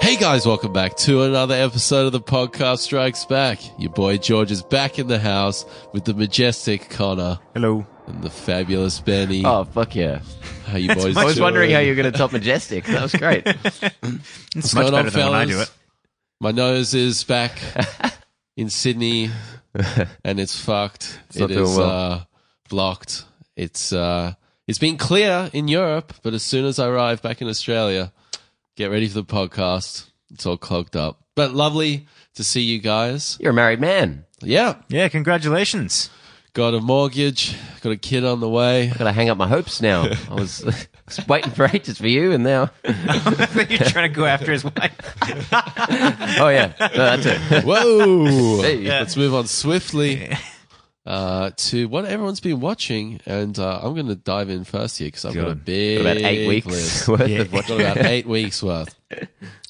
Hey guys, welcome back to another episode of the podcast Strikes Back. Your boy George is back in the house with the majestic Connor Hello. and the fabulous Benny. Oh fuck yeah! how you boys? I was doing? wondering how you were going to top majestic. That was great. It's What's much going better on, than when I do fellas? it. My nose is back in Sydney, and it's fucked. It's not doing well. uh, blocked. It's uh, it's been clear in Europe, but as soon as I arrive back in Australia, get ready for the podcast. It's all clogged up. But lovely to see you guys. You're a married man. Yeah, Yeah, congratulations. got a mortgage, got a kid on the way. Got to hang up my hopes now. I was was waiting for ages for you, and now You're trying to go after his wife. oh yeah, no, that's it. Whoa! Hey. Let's move on swiftly uh, to what everyone's been watching, and uh, I'm going to dive in first here because I've got a Good. big About eight list. weeks worth Yeah. of what? I've got about eight weeks worth.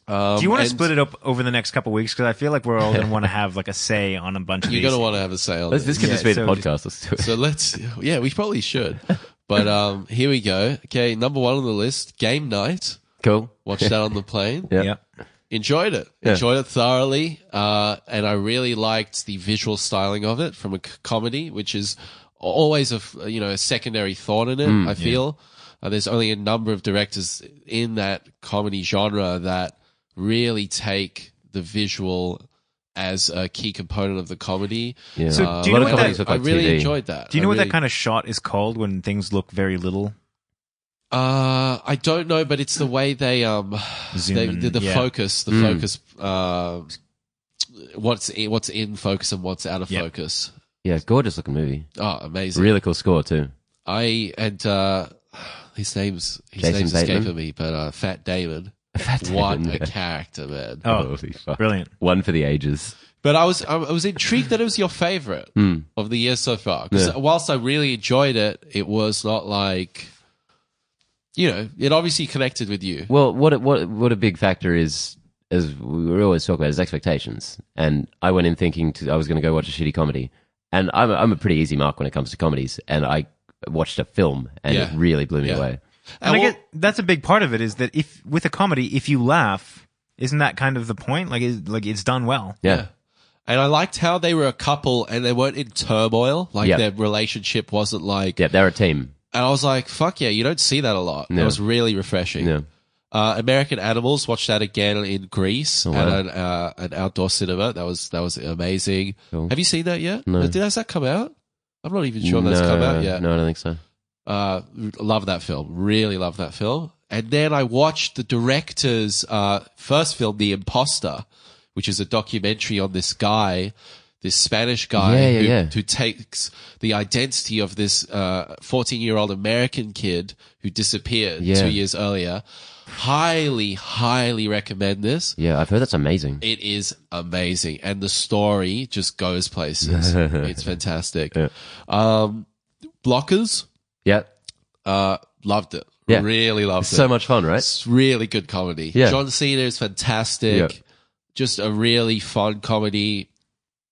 Um, Do you want and to split it up over the next couple of weeks? Because I feel like we're all going to want to have like a say on a bunch of You're these. going to want to have a say on This, this. this could Yeah, just be the so- podcast. Let's do it. So let's, yeah, we probably should. But um, here we go. Okay, number one on the list, game night. Cool. Watched that on the plane. Yeah. Yeah. enjoyed it. Enjoyed it thoroughly. Uh, and I really liked the visual styling of it from a c- comedy, which is always a, f- you know, a secondary thought in it, Mm, I feel. Uh, there's only a number of directors in that comedy genre that really take the visual as a key component of the comedy. Yeah. So Uh, do you a lot know of what companies that- look I like really TV. enjoyed that. Do you I know what really- that kind of shot is called when things look very little? Uh, I don't know, but it's the way they um, Zoom they, in, the, the yeah. focus, the Mm. focus, uh, what's in, what's in focus and what's out of Yep. focus. Yeah, gorgeous looking movie. Oh, amazing! Really cool score too. I and uh, his name's his Jason name's Bateman? escaping me, but uh, Fat Damon. That's What happened. a character, man! Oh, Holy fuck. brilliant. One for the ages. But I was I was intrigued that it was your favorite of the year so far. 'Cause Hmm. Yeah. whilst I really enjoyed it, it was not like you know it obviously connected with you. Well, what what what a big factor is, as we always talk about, is expectations. And I went in thinking to, I was going to go watch a shitty comedy, and I'm a, I'm a pretty easy mark when it comes to comedies. And I watched a film, and Yeah. it really blew me Yeah. away. And, I well- guess that's a big part of it is that if with a comedy, if you laugh, isn't that kind of the point? Like, is, like it's done well. Yeah, And I liked how they were a couple and they weren't in turmoil. Like Yeah. their relationship wasn't like. yeah, they're a team. And I was like, fuck yeah, you don't see that a lot. It No. was really refreshing. Yeah, Uh, American Animals, watched that again in Greece Oh, at an, uh, an outdoor cinema. That was that was amazing. Cool. Have you seen that yet? No. Did, has that come out? I'm not even sure if that's no, come out yet. No, I don't think so. Uh, love that film. Really love that film. And then I watched the director's uh, first film, The Imposter, which is a documentary on this guy, this Spanish guy Yeah, yeah, who, yeah. who takes the identity of this 14 year old American kid who disappeared Yeah. two years earlier. Highly, highly recommend this. Yeah, I've heard that's amazing. It is amazing, and the story just goes places. it's fantastic. Um, blockers, Yeah, uh, loved it. Yeah. Really loved it. so much fun, right? It's really good comedy. Yeah. John Cena is fantastic. Yeah. Just a really fun comedy.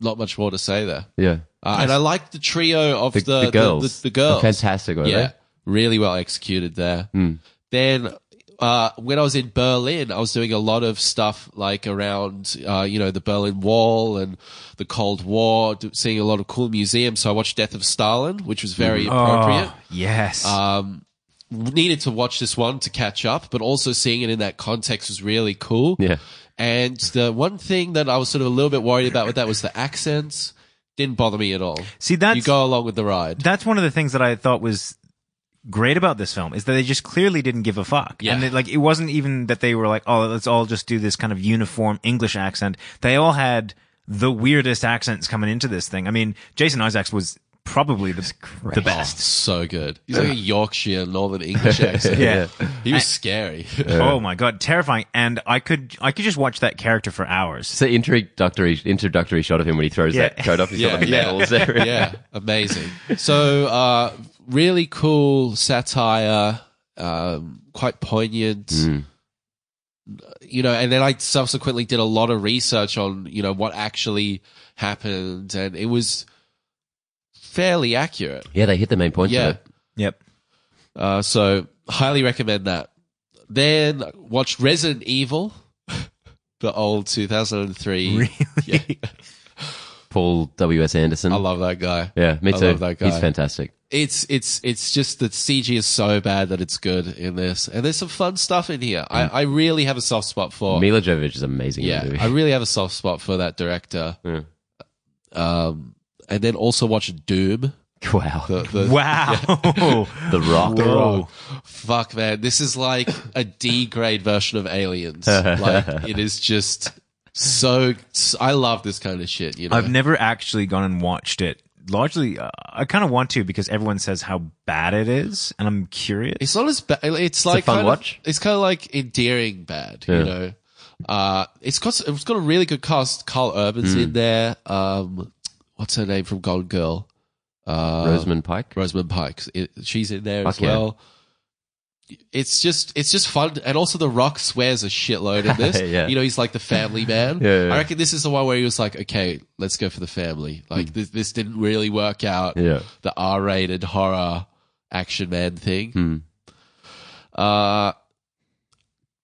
Not much more to say there. Yeah, Uh, And I like the trio of the, the, the girls, The, the girls. fantastic, were Yeah. Really well executed there. Hmm. Then uh, when I was in Berlin, I was doing a lot of stuff like around, uh, you know, the Berlin Wall and the Cold War, d- seeing a lot of cool museums. So I watched Death of Stalin, which was very Mm-hmm. appropriate. Oh, yes. Um, needed to watch this one to catch up, but also seeing it in that context was really cool. Yeah. And the one thing that I was sort of a little bit worried about with that was the accents. Didn't bother me at all. See, that's you go along with the ride. that's one of the things that I thought was great about this film is that they just clearly didn't give a fuck. Yeah. And it, like it wasn't even that they were like, "Oh, let's all just do this kind of uniform English accent." They all had the weirdest accents coming into this thing. I mean, Jason Isaacs was probably the, Oh, the best. so good. He's like a Yorkshire Northern English accent. Yeah. He was scary. Oh my god, terrifying! And I could I could just watch that character for hours. It's an introductory introductory shot of him when he throws Yeah. that coat off. He's Yeah, got the yeah. medals. everywhere. yeah. Amazing. So, uh, really cool satire, um, quite poignant. You know, and then I subsequently did a lot of research on, you know, what actually happened and it was fairly accurate. yeah, they hit the main points. Yeah. Of it. Yep. Uh, so highly recommend that. Then watched Resident Evil. the old 2003. Yeah. Paul W. S. Anderson. I love that guy. yeah, me I too. love that guy. He's fantastic. It's it's it's just that CG is so bad that it's good in this, and there's some fun stuff in here. I, I really have a soft spot for. Mila Jovovich is amazing. in the Oh. yeah, movie. I really have a soft spot for that director. Yeah. Um, and then also watch Doom. wow. The, the, Wow. The Rock. Whoa. Fuck, man. This is like a D grade version of Aliens. like, it is just so. I love this kind of shit, you know? I've never actually gone and watched it. Largely, uh, I kind of want to because everyone says how bad it is, and I'm curious. it's not as bad. It's like. fun kind watch. Of, it's kind of like endearing bad, Yeah. you know? Uh, it's got, it's got a really good cast. Carl Urban's Hmm. in there. Um, what's her name from Golden Girl? Uh, Rosamund Pike. Rosamund Pike. It- She's in there Fuck as well. It's just it's just fun, and also The Rock swears a shitload in this. Yeah. You know, he's like the family man. Yeah, yeah. I reckon this is the one where he was like, "Okay, let's go for the family." Like this, this didn't really work out. Hmm. Yeah. The R-rated horror action man thing. Hmm. Uh,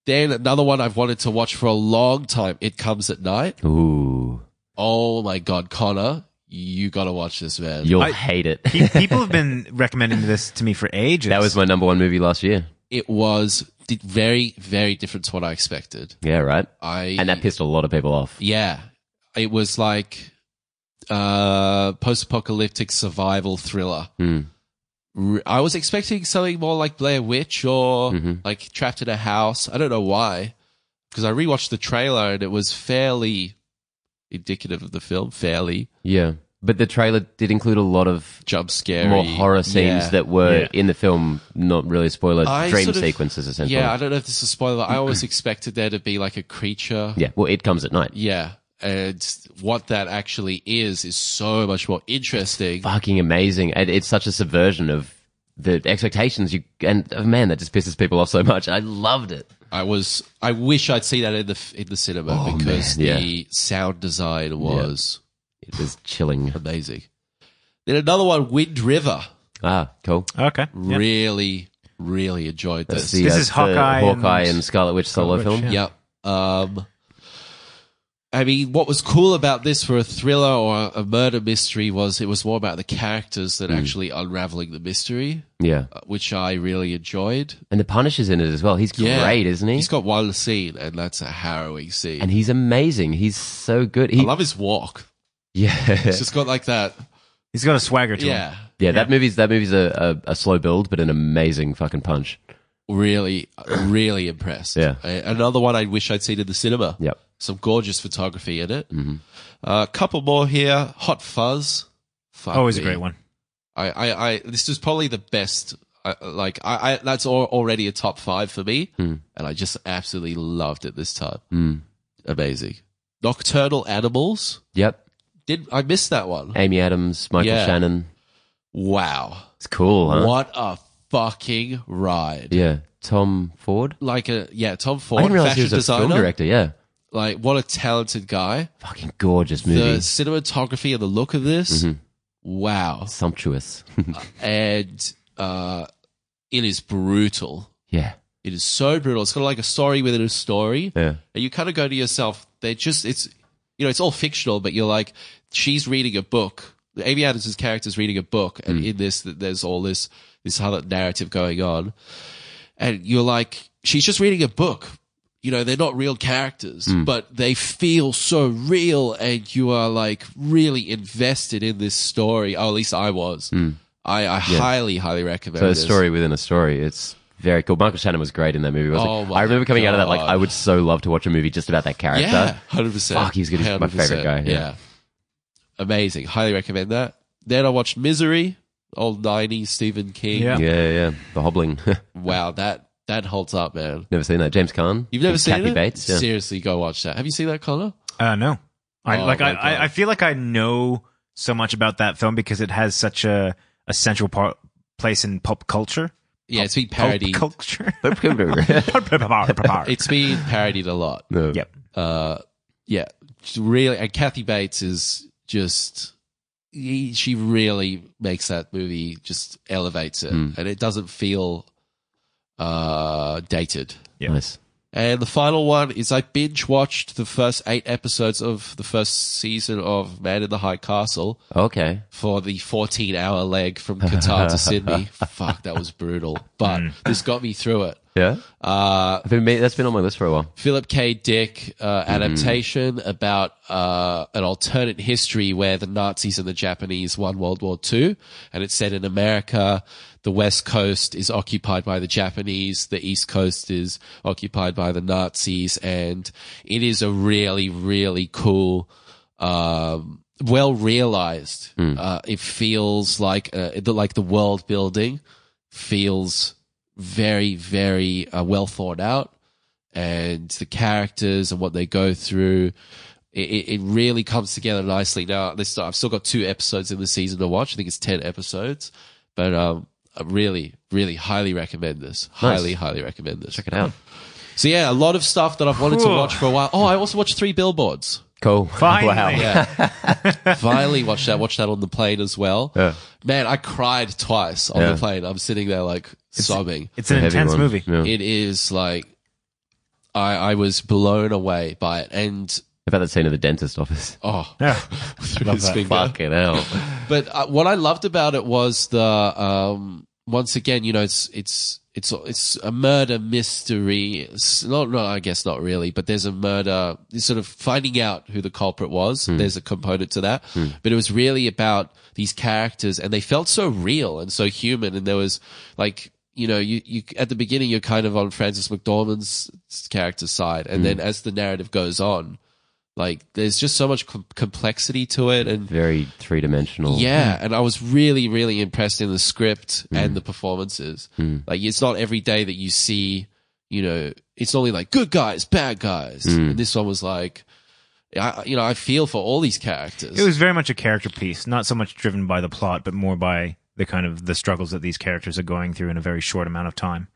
then another one I've wanted to watch for a long time. It comes at night. Ooh, Oh my god, Connor, you gotta watch this man. you'll I- hate it. Pe- People have been recommending this to me for ages. that was my number one movie last year. it was di- very very different to what I expected. Yeah, right. I And that pissed a lot of people off. yeah, it was like uh post-apocalyptic survival thriller. Hmm. R- I was expecting something more like Blair Witch or Mhm. like Trapped in a House. I don't know why, because I rewatched the trailer and it was fairly indicative of the film, fairly Yeah, but the trailer did include a lot of jump scary, more horror scenes Yeah. that were Yeah. in the film, not really spoilers. I dream sort of- sequences, essentially. Yeah, I don't know if this is a spoiler. I always expected there to be like a creature Yeah, well, it comes at night. Yeah. And what that actually is is so much more interesting. Fucking amazing, and it's such a subversion of the expectations. You and oh, man, that just pisses people off so much. I loved it. I was I wish I'd seen that in the in the cinema Oh, because man, yeah. the sound design was It was chilling. amazing. Then another one, Wind River. Ah, cool. okay. yeah. Really, really enjoyed this. This is the Hawkeye and- Hawkeye and, Scarlet Witch solo Scarlet Witch, film. yeah. Yep. Um, I mean, what was cool about this for a thriller or a murder mystery was it was more about the characters Hmm. than actually unraveling the mystery, Yeah. uh, which I really enjoyed. and the Punisher's in it as well. He's Yeah. great, isn't he? He's got one scene, and that's a harrowing scene. and he's amazing. He's so good. He, I love his walk. yeah. It's just got like that. He's got a swagger to him. Yeah. Yeah, that movie's that movie's a, a, a slow build, but an amazing fucking punch. Really, really impressed. Yeah. A- another one I wish I'd seen in the cinema. Yep. Some gorgeous photography in it. A Mm-hmm. couple more here. Hot Fuzz. Fuck Always Oh, a me. great one. I, I, I, this is probably the best. I, like, I, I, that's al- already a top five for me. Hmm. And I just absolutely loved it this time. Amazing. Nocturnal Animals. Yep. Did I miss that one? Amy Adams, Michael Yeah. Shannon. Wow. It's cool, huh? What a fucking ride. Yeah. Tom Ford. Like a yeah, Tom I Ford, didn't realize fashion he was a designer. film director. Yeah. Like what a talented guy. Fucking gorgeous The movie. cinematography and the look of this. Mm-hmm. Wow. Sumptuous. And uh it is brutal. yeah. It is so brutal. It's kind of like a story within a story. Yeah. And you kind of go to yourself, they're just it's you know, it's all fictional, but you're like, she's reading a book. Amy Adams' character's reading a book, and Mm. in this th- there's all this this other narrative going on. and you're like, she's just reading a book. You know, they're not real characters, Mm. but they feel so real, and you are like really invested in this story. Oh, at least I was. I, I highly, highly recommend Mm. So a this. story within a story. It's very cool. Michael Shannon was great in that movie, wasn't Oh he? my I remember coming out of that like God. I would so love to watch a movie just about that character. Yeah, hundred percent. Fuck, he's good. He's my favorite guy, yeah. amazing. Highly recommend that. Then I watched Misery, old '90s Stephen King. Yeah. yeah. yeah. The Hobbling. Wow, that that holds up, man. Never seen that. James Caan. You've never And seen Kathy it? Bates. Yeah. Seriously, go watch that. Have you seen that, Connor? Uh, no, I Oh, like. my I, God. I I feel like I know so much about that film because it has such a a central part place in pop culture. Yeah, it's been Pop parodied. culture. yep. It's been parodied a lot. yep. uh yeah She's really and kathy bates is just he, she really makes that movie just Hmm. elevates it and it doesn't feel uh dated Yeah. Nice. And the final one is I binge watched the first eight episodes of the first season of Man in the High Castle Okay. for the 14 hour leg from Qatar to Sydney. Fuck, that was brutal. But this got me through it. Yeah. Uh, I've been, that's been on my list for a while. Philip K. Dick uh, adaptation about uh, an alternate history where the Nazis and the Japanese won World War II, and it's set in America. The West Coast is occupied by the Japanese, the East Coast is occupied by the Nazis, and it is a really, really cool. Um, well realized. Uh, it feels like uh, the, like the world building feels very, very uh, well thought out and the characters and what they go through. It, it it really comes together nicely. Now, this I've still got two episodes in the season to watch. I think it's ten episodes, but um, I really, really highly recommend this. Highly, highly recommend this. Check it out. So yeah, a lot of stuff that I've wanted to Cool. watch for a while. Oh, I also watched Three Billboards. Cool. Finally. Wow. Yeah, finally watched that. Watched that on the plane as well. Yeah. Man, I cried twice on Yeah. the plane. I'm sitting there like sobbing. It's an Heavy intense one. movie. Yeah. It is like I, I was blown away by it, and About that scene of the dentist office. oh, Yeah. through his finger. Fucking hell. But uh, what I loved about it was the um, once again, you know, it's it's it's it's a murder mystery. It's not, not I guess not really, but there's a murder. It's sort of finding out who the culprit was. There's a component to that, but it was really about these characters, and they felt so real and so human. And there was like. You know, you, you at the beginning you're kind of on Francis McDormand's character's side, and then as the narrative goes on, like there's just so much com- complexity to it, and Very three dimensional. yeah, Hmm. and I was really, really impressed in the script and the performances. Hmm. Like, it's not every day that you see, you know, it's only like good guys, bad guys. Hmm. And this one was like, I, you know, I feel for all these characters. It was very much a character piece, not so much driven by the plot, but more by the kind of the struggles that these characters are going through in a very short amount of time.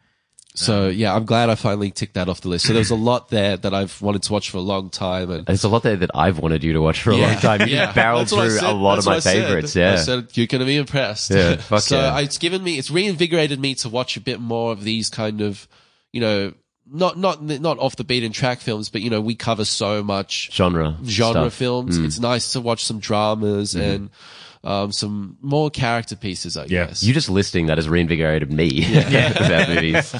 so yeah, I'm glad I finally ticked that off the list. So there was a lot there that I've wanted to watch for a long time, and There's a lot there that I've wanted you to watch for a long time. You yeah, barreled that's what I through said. a lot of That's my what I said. favorites. I Yeah. said you're going to be impressed. Yeah, fuck so yeah. I- it's given me, it's reinvigorated me to watch a bit more of these kind of, you know, not not not off the beaten track films, but you know, we cover so much genre. genre stuff. Mm. Mm-hmm. films. It's nice to watch some dramas and um, some more character pieces, I Yeah. guess. You just listing that has reinvigorated me about movies.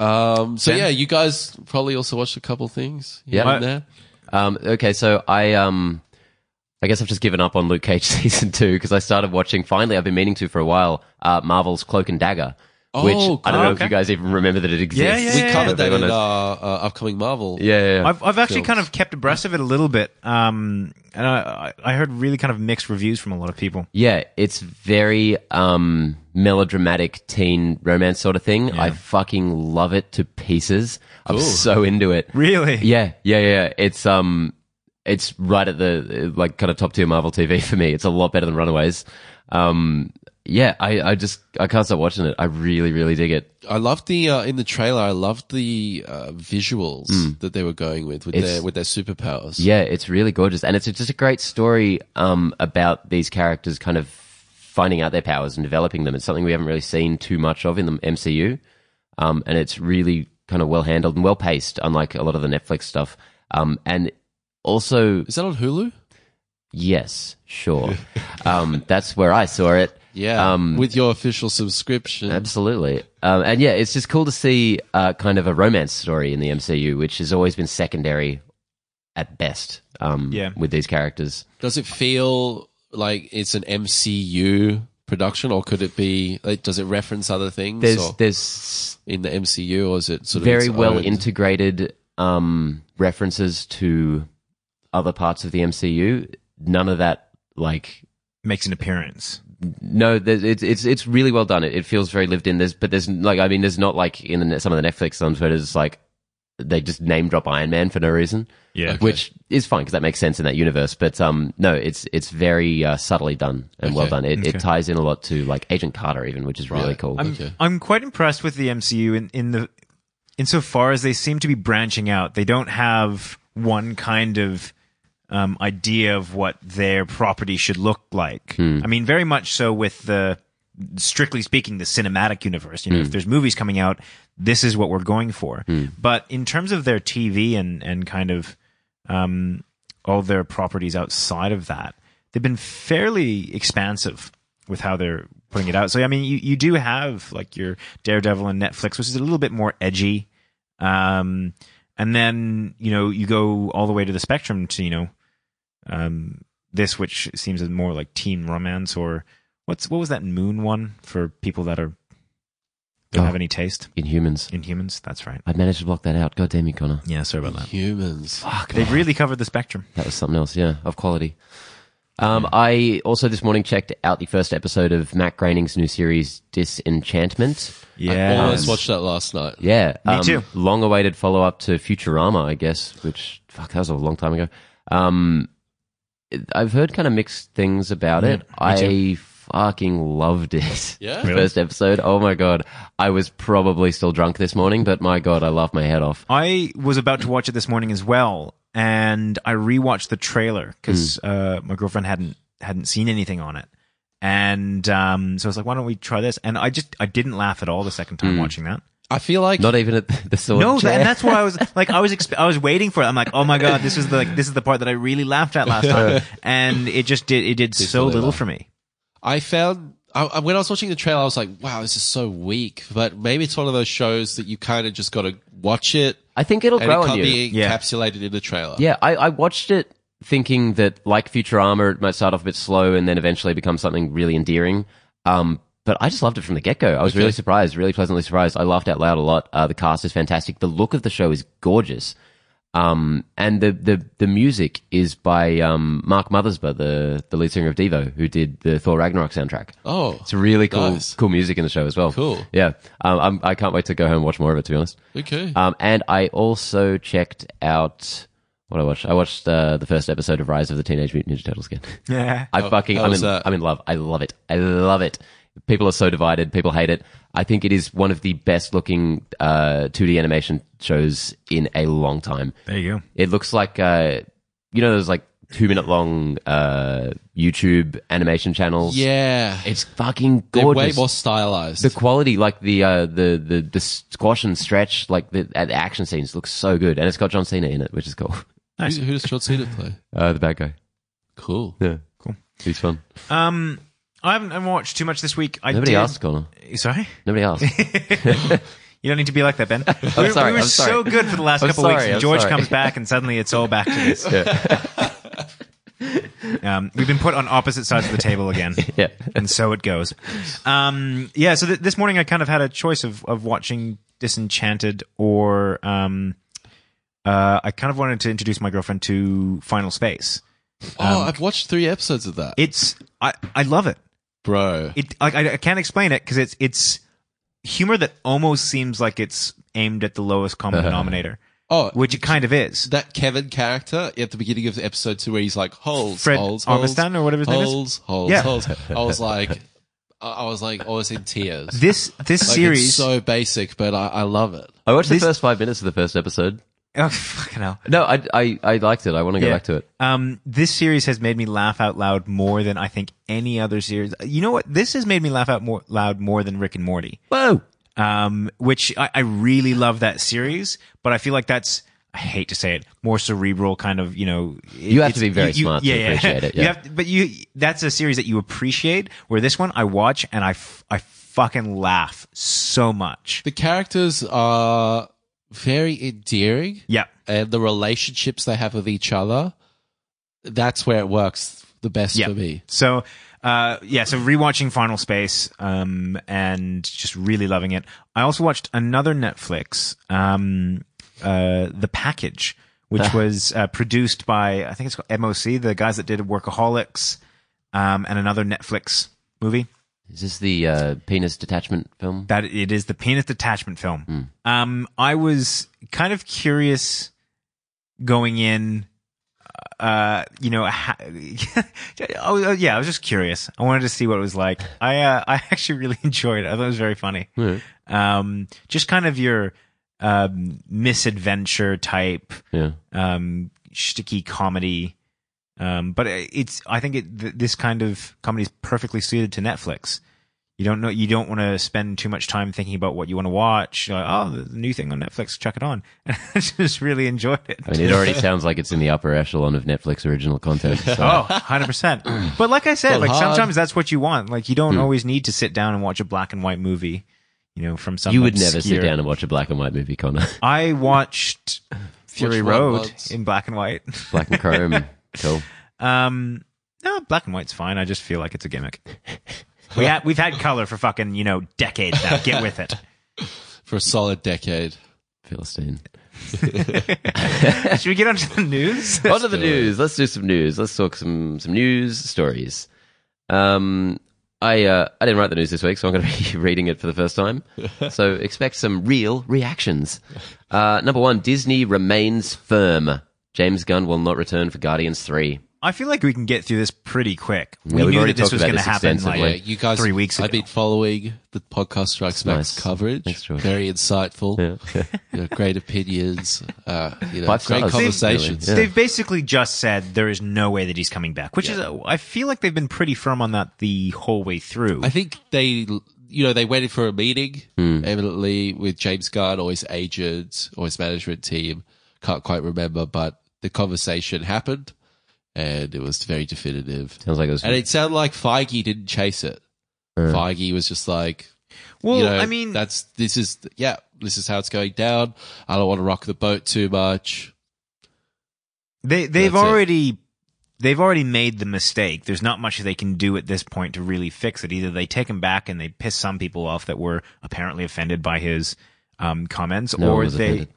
um, so yeah, you guys probably also watched a couple things. here Yeah. and there. Um, okay, so I um, I guess I've just given up on Luke Cage season two because I started watching. Finally, I've been meaning to for a while. Uh, Marvel's Cloak and Dagger, Oh, which I don't know if okay. you guys even remember that it Yeah, exists. yeah, we yeah, covered yeah. that in Everyone our uh, upcoming Marvel. yeah, yeah, yeah. I've, I've actually films. kind of kept abreast of it a little bit, um, and I, I I heard really kind of mixed reviews from a lot of people. Yeah, it's very um, melodramatic teen romance sort of thing. I fucking love it to pieces. I'm so into it. Really? Yeah, yeah, yeah. It's um, it's right at the uh, like kind of top tier Marvel TV for me. It's a lot better than Runaways. Um, yeah, I, I just I can't stop watching it. I really, really dig it. I loved the uh, in the trailer. I loved the uh, visuals that they were going with with Hmm. It's- their with their superpowers. Yeah, it's really gorgeous, and it's just a great story um, about these characters kind of finding out their powers and developing them. It's something we haven't really seen too much of in the MCU, um, and it's really kind of well handled and well paced, unlike a lot of the Netflix stuff. Um, and also, Is that on Hulu? yes, sure, um, that's where I saw it. Yeah, Um, with your official subscription. Absolutely. Um, and yeah, it's just cool to see uh, kind of a romance story in the MCU, which has always been secondary at best um, Yeah. with these characters. Does it feel like it's an MCU production, or could it be? Like, does it reference other things There's, or there's in the MCU, or is it sort of very its well own- integrated um, references to other parts of the MCU. None of that, like, Makes an appearance. no, there's- it's it's it's really well done. It, it feels very lived in. There's, but there's like, I mean, there's not like in the, net- some of the Netflix films where it's like they just name drop Iron Man for no reason. Yeah. which is fine because that makes sense in that universe. But um, no, it's it's very uh, subtly done and well Okay. done. It, Okay. it ties in a lot to like Agent Carter, even, which is really Right. cool. I'm Okay. I'm quite impressed with the MCU in in the insofar as they seem to be branching out. They don't have one kind of um, idea of what their property should look like. I mean, very much so with the strictly speaking, the cinematic universe. You know, if there's movies coming out, this is what we're going for. But in terms of their TV and and kind of um, all their properties outside of that, they've been fairly expansive with how they're putting it out. So I mean, you you do have like your Daredevil and Netflix, which is a little bit more edgy. Um, and then you know you go all the way to the spectrum to you know um, this, which seems more like teen romance or what's what was that Moon one for people that are don't Oh. have any taste in humans. in humans. That's right. I managed to block that out. God damn you, Connor. Yeah, sorry about that. Humans. Fuck. They've really covered the spectrum. That was something else, yeah, of quality. Um, I also this morning checked out the first episode of Matt Groening's new series, Disenchantment. I almost Yes. watched that last night. Yeah, um, Me too. Long-awaited follow-up to Futurama, I guess. Which fuck, that was a long time ago. Um, it- I've heard kind of mixed things about it. I fucking loved it. Yeah? Really? First episode. Oh my god, I was probably still drunk this morning, but my god, I laughed my head off. I was about to watch it this morning as well, and I rewatched the trailer because uh, my girlfriend hadn't hadn't seen anything on it, and um, so I was like, "Why don't we try this?" And I just I didn't laugh at all the second time watching that. I feel like Not even at the- the sword. No, chair. and that's why I was like, I was exp- I was waiting for it. I'm like, oh my god, this is the like, this is the part that I really laughed at last time, and it just did it did so really little laugh. for me. I found I, I- when I was watching the trailer, I was like, "Wow, this is so weak." But maybe it's one of those shows that you kind of just got to watch it, I think it'll and it grow on can't you. be Yeah. encapsulated in the trailer. Yeah, I, I watched it thinking that, like Futurama, it might start off a bit slow and then eventually become something really endearing. Um, but I just loved it from the get go. I was really surprised, really pleasantly surprised. I laughed out loud a lot. Uh, the cast is fantastic. The look of the show is gorgeous. Um, and the, the, the music is by um, Mark Mothersbaugh, the, the lead singer of Devo, who did the Thor Ragnarok soundtrack. Oh, It's really cool, Nice. cool music in the show as well. Cool. Yeah. Um, I'm, I can't wait to go home and watch more of it, to be honest. okay. Um, and I also checked out what I watched. I watched uh, the first episode of Rise of the Teenage Mutant Ninja Turtles again. Yeah, I fucking, Oh, how I'm was in, that? I'm in love. I love it. I love it. People are so divided. People hate it. I think it is one of the best looking uh, 2D animation shows in a long time. there you go. It looks like, uh, you know, those like two minute long uh, YouTube animation channels. yeah, It's fucking they're gorgeous. way more stylized. The quality, like the uh, the, the the squash and stretch, like the, uh, the action scenes, looks so good, and it's got John Cena in it, which is cool. Nice. who, who does John Cena play? Uh, the bad guy, Cool. yeah, Cool. He's fun. Um, I haven't, I haven't watched too much this week. I Nobody did- asked Connor. Sorry. Nobody asked. You don't need to be like that, Ben. We were- we, sorry, were I'm sorry. so good for the last I'm couple weeks. sorry, And I'm George sorry. comes back, and suddenly it's all back to this. um, we've been put on opposite sides of the table again. Yeah. and so it goes. Um, yeah. So th- this morning, I kind of had a choice of of watching Disenchanted or um, uh, I kind of wanted to introduce my girlfriend to Final Space. Oh, um, I've watched three episodes of that, It's I I love it. bro. it like I, I can't explain it because it's it's humor that almost seems like it's aimed at the lowest common denominator, oh, which it kind of is. that Kevin character at the beginning of episode two, where he's like holds, Fred holds, holds, Armistan or whatever his name is? holds, holds, Yeah. holds. I was like, I I was like, always in tears. This this Like, series, it's so basic, but I, I love it. I watched This- the first five minutes of the first episode. oh fucking hell. No, I I, I liked it. I want to go Yeah. back to it. Um, this series has made me laugh out loud more than I think any other series. You know what? This has made me laugh out more loud more than Rick and Morty. Whoa. um, which I, I really love that series, but I feel like that's I hate to say it, more cerebral kind of you know. You have to be very smart to appreciate it, You yeah. have to- but you that's a series that you appreciate. Where this one I watch and I f- I fucking laugh so much. The characters are very endearing, Yeah, and uh, the relationships they have with each other. That's where it works the best yeah. for me. So. Uh, yeah, so rewatching Final Space, um, and just really loving it. I also watched another Netflix, um, uh, The Package, which was uh, produced by I think it's called MOC, the guys that did Workaholics, um, and another Netflix movie. Is this the uh, penis detachment film? That it is the penis detachment film. Um, I was kind of curious going in. Uh, you know, ha- oh oh, yeah, I was just curious. I wanted to see what it was like. I uh, I actually really enjoyed it. I thought it was very funny. Um, just kind of your um misadventure type Yeah. um, sticky comedy. Um, but it's I think it, th- this kind of comedy is perfectly suited to Netflix. You don't know. You don't want to spend too much time thinking about what you want to watch. You're like, oh, the new thing on Netflix, chuck it on. And I just really enjoyed it. I mean, it already sounds like it's in the upper echelon of Netflix original content. So. Oh, 100%. but like I said, Well, like hard. sometimes that's what you want. Like you Hmm. don't always need to sit down and watch a black and white movie, you know, from some you would never obscure- sit down and watch a black and white movie, Connor. I watched Fury Which one Road once? in black and white. black and chrome. cool. Um no, black and white's fine. I just feel like it's a gimmick. We ha- we've had color for fucking, you know, decades now. Get with it. for a solid decade. Philistine. Should we get onto the news? On to the news. Let's do some news. Let's talk some some news stories. Um, I uh, I didn't write the news this week, so I'm going to be reading it for the first time. so expect some real reactions. Uh, number one, Disney remains firm. James Gunn will not return for Guardians Three. I feel like we can get through this pretty quick. we've we knew already that this talked was about going to this happen like Yeah, extensively. you guys. three weeks ago. I've been following the podcast Strikes Back nice. coverage. Thanks, George. Very insightful. You know, great opinions. Uh, you know, Five great stars, conversations. really. Yeah. They've basically just said there is no way that he's coming back, which is I feel like they've been pretty firm on that the whole way through. I think they, you know, they waited for a meeting, Hmm. evidently with James Gunn or his agent or his management team. Can't quite remember, but the conversation happened, and it was very definitive. Sounds like it was. And it sounded like Feige didn't chase it. Feige was just like, well, you know, I mean, that's this is yeah, this is how it's going down. I don't want to rock the boat too much. they they've that's it. already they've already made the mistake. There's not much they can do at this point to really fix it. Either they take him back and they piss some people off that were apparently offended by his um, comments, No one or was they. offended.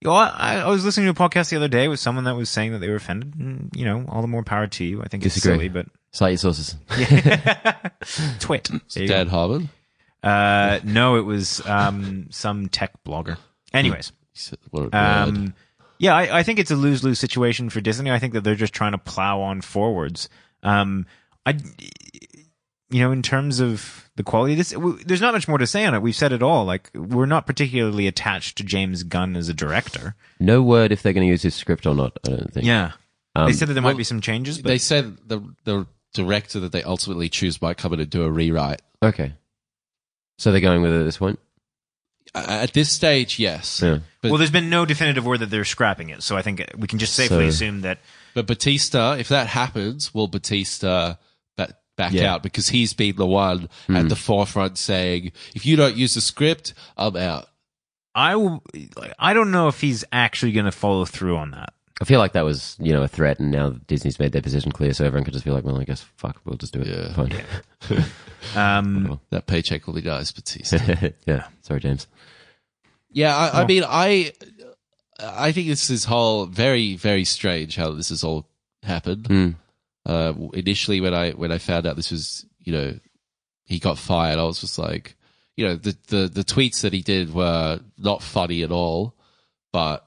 You know, I, I was listening to a podcast the other day with someone that was saying that they were offended. And, you know, all the more power to you. I think Disagree. it's silly, but Cite your sources. twit. There you go. Dan Harmon. Uh, no, it was um, some tech blogger. Anyways, He said, What a nerd. um, yeah, I, I think it's a lose lose situation for Disney. I think that they're just trying to plow on forwards. Um, I, you know, in terms of the quality, this w- there's not much more to say on it. We've said it all. Like we're not particularly attached to James Gunn as a director. No word if they're going to use his script or not. I don't think. Yeah, Um, they said that there well, might be some changes, but They said the the director that they ultimately choose might come in and do a rewrite. Okay. So they're going with it at this point. A- At this stage, yes. Yeah. But, well, there's been no definitive word that they're scrapping it. So I think we can just safely So- assume that but Batista, if that happens, will Batista ba- back Yeah. Hmm. out because he's been the one at the forefront saying, "If you don't use the script, I'm out." I w- like, I don't know if he's actually going to follow through on that. I feel like that was, you know, a threat, and now Disney's made their position clear, so everyone could just be like, "Well, I guess fuck, we'll just do it." Yeah. Fine. Um, That paycheck will be nice, Batista. yeah. Sorry, James. Yeah, I, I mean, I I think this is whole very very strange how this has all happened. Mm. Uh, initially, when I when I found out this was you know he got fired, I was just like, you know, the the the tweets that he did were not funny at all, but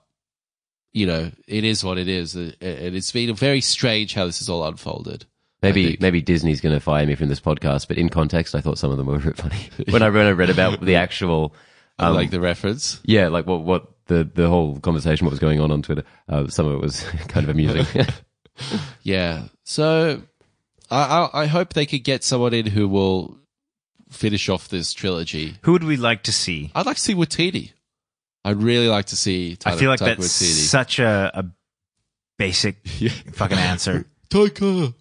you know, it is what it is, Uh, and it's been very strange how this has all unfolded. I Maybe think- maybe Disney's going to fire me from this podcast, but in context, I thought some of them were a bit funny when I when I read about the actual, um, like the reference. yeah, like what what the the whole conversation what was going on on Twitter. Uh, some of it was kind of amusing. Yeah. So I, I I hope they could get someone in who will finish off this trilogy. who would we like to see? I'd like to see Watiti. I'd really like to see. Taika, I feel like Taika that's Waititi. such a, a basic fucking answer. Taika,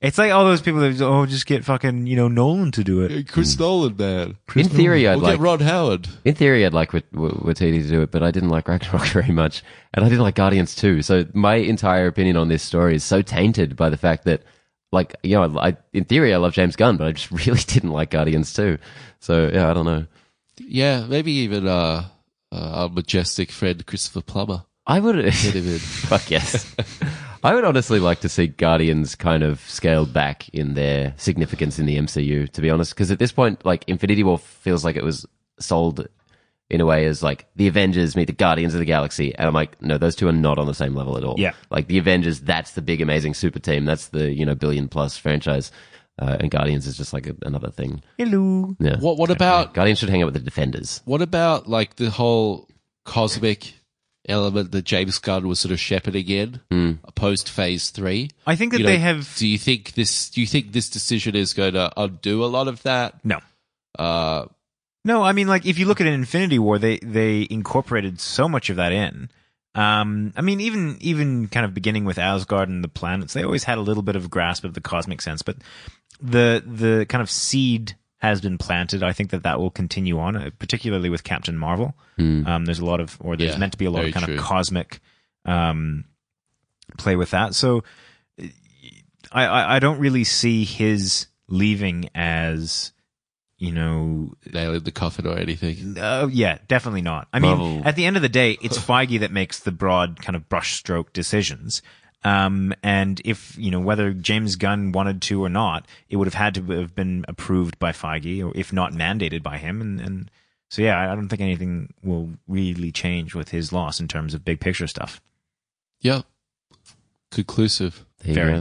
It's like all those people that just, oh just get fucking you know Nolan to do it. Yeah, Chris Nolan, man. in theory, I'd we'll like get Ron Howard. In theory, I'd like Wat- Wat- Watiti to do it, but I didn't like Ragnarok very much, and I didn't like Guardians too. So my entire opinion on this story is so tainted by the fact that, like, you know, I, I- in theory I love James Gunn, but I just really didn't like Guardians too. So yeah, I don't know. Yeah, maybe even uh, uh, our majestic friend Christopher Plummer. I would Get him in. fuck yes. I would honestly like to see Guardians kind of scaled back in their significance in the MCU, to be honest. Because at this point, like Infinity War feels like it was sold in a way as like the Avengers meet the Guardians of the Galaxy, and I'm like, no, those two are not on the same level at all. Yeah. like the Avengers, that's the big amazing super team, that's the you know billion plus franchise, uh, and Guardians is just like a, another thing. Hello. Yeah, What What about Guardians should hang out with the Defenders. what about like the whole cosmic element that James Gunn was sort of shepherding in Hmm. post Phase Three? I think that You know, they have Do you think this? Do you think this decision is going to undo a lot of that? no. Uh, No, I mean, like if you look at Infinity War, they they incorporated so much of that in. Um, I mean, even even kind of beginning with Asgard and the planets, they always had a little bit of grasp of the cosmic sense, but the the kind of seed has been planted. I think that that will continue on, uh, particularly with Captain Marvel. Um, there's a lot of, or Hmm. there's Yeah, meant to be a lot very of kind true. of cosmic um, play with that. So I, I I don't really see his leaving as you know nailed the coffin or anything. uh, yeah, definitely not. I mean, Marvel. at the end of the day, it's Feige that makes the broad kind of brushstroke decisions. Um, and if you know whether James Gunn wanted to or not, it would have had to have been approved by Feige, or if not mandated by him. And, and so, yeah, I- I don't think anything will really change with his loss in terms of big picture stuff. Yeah, conclusive. There you Very.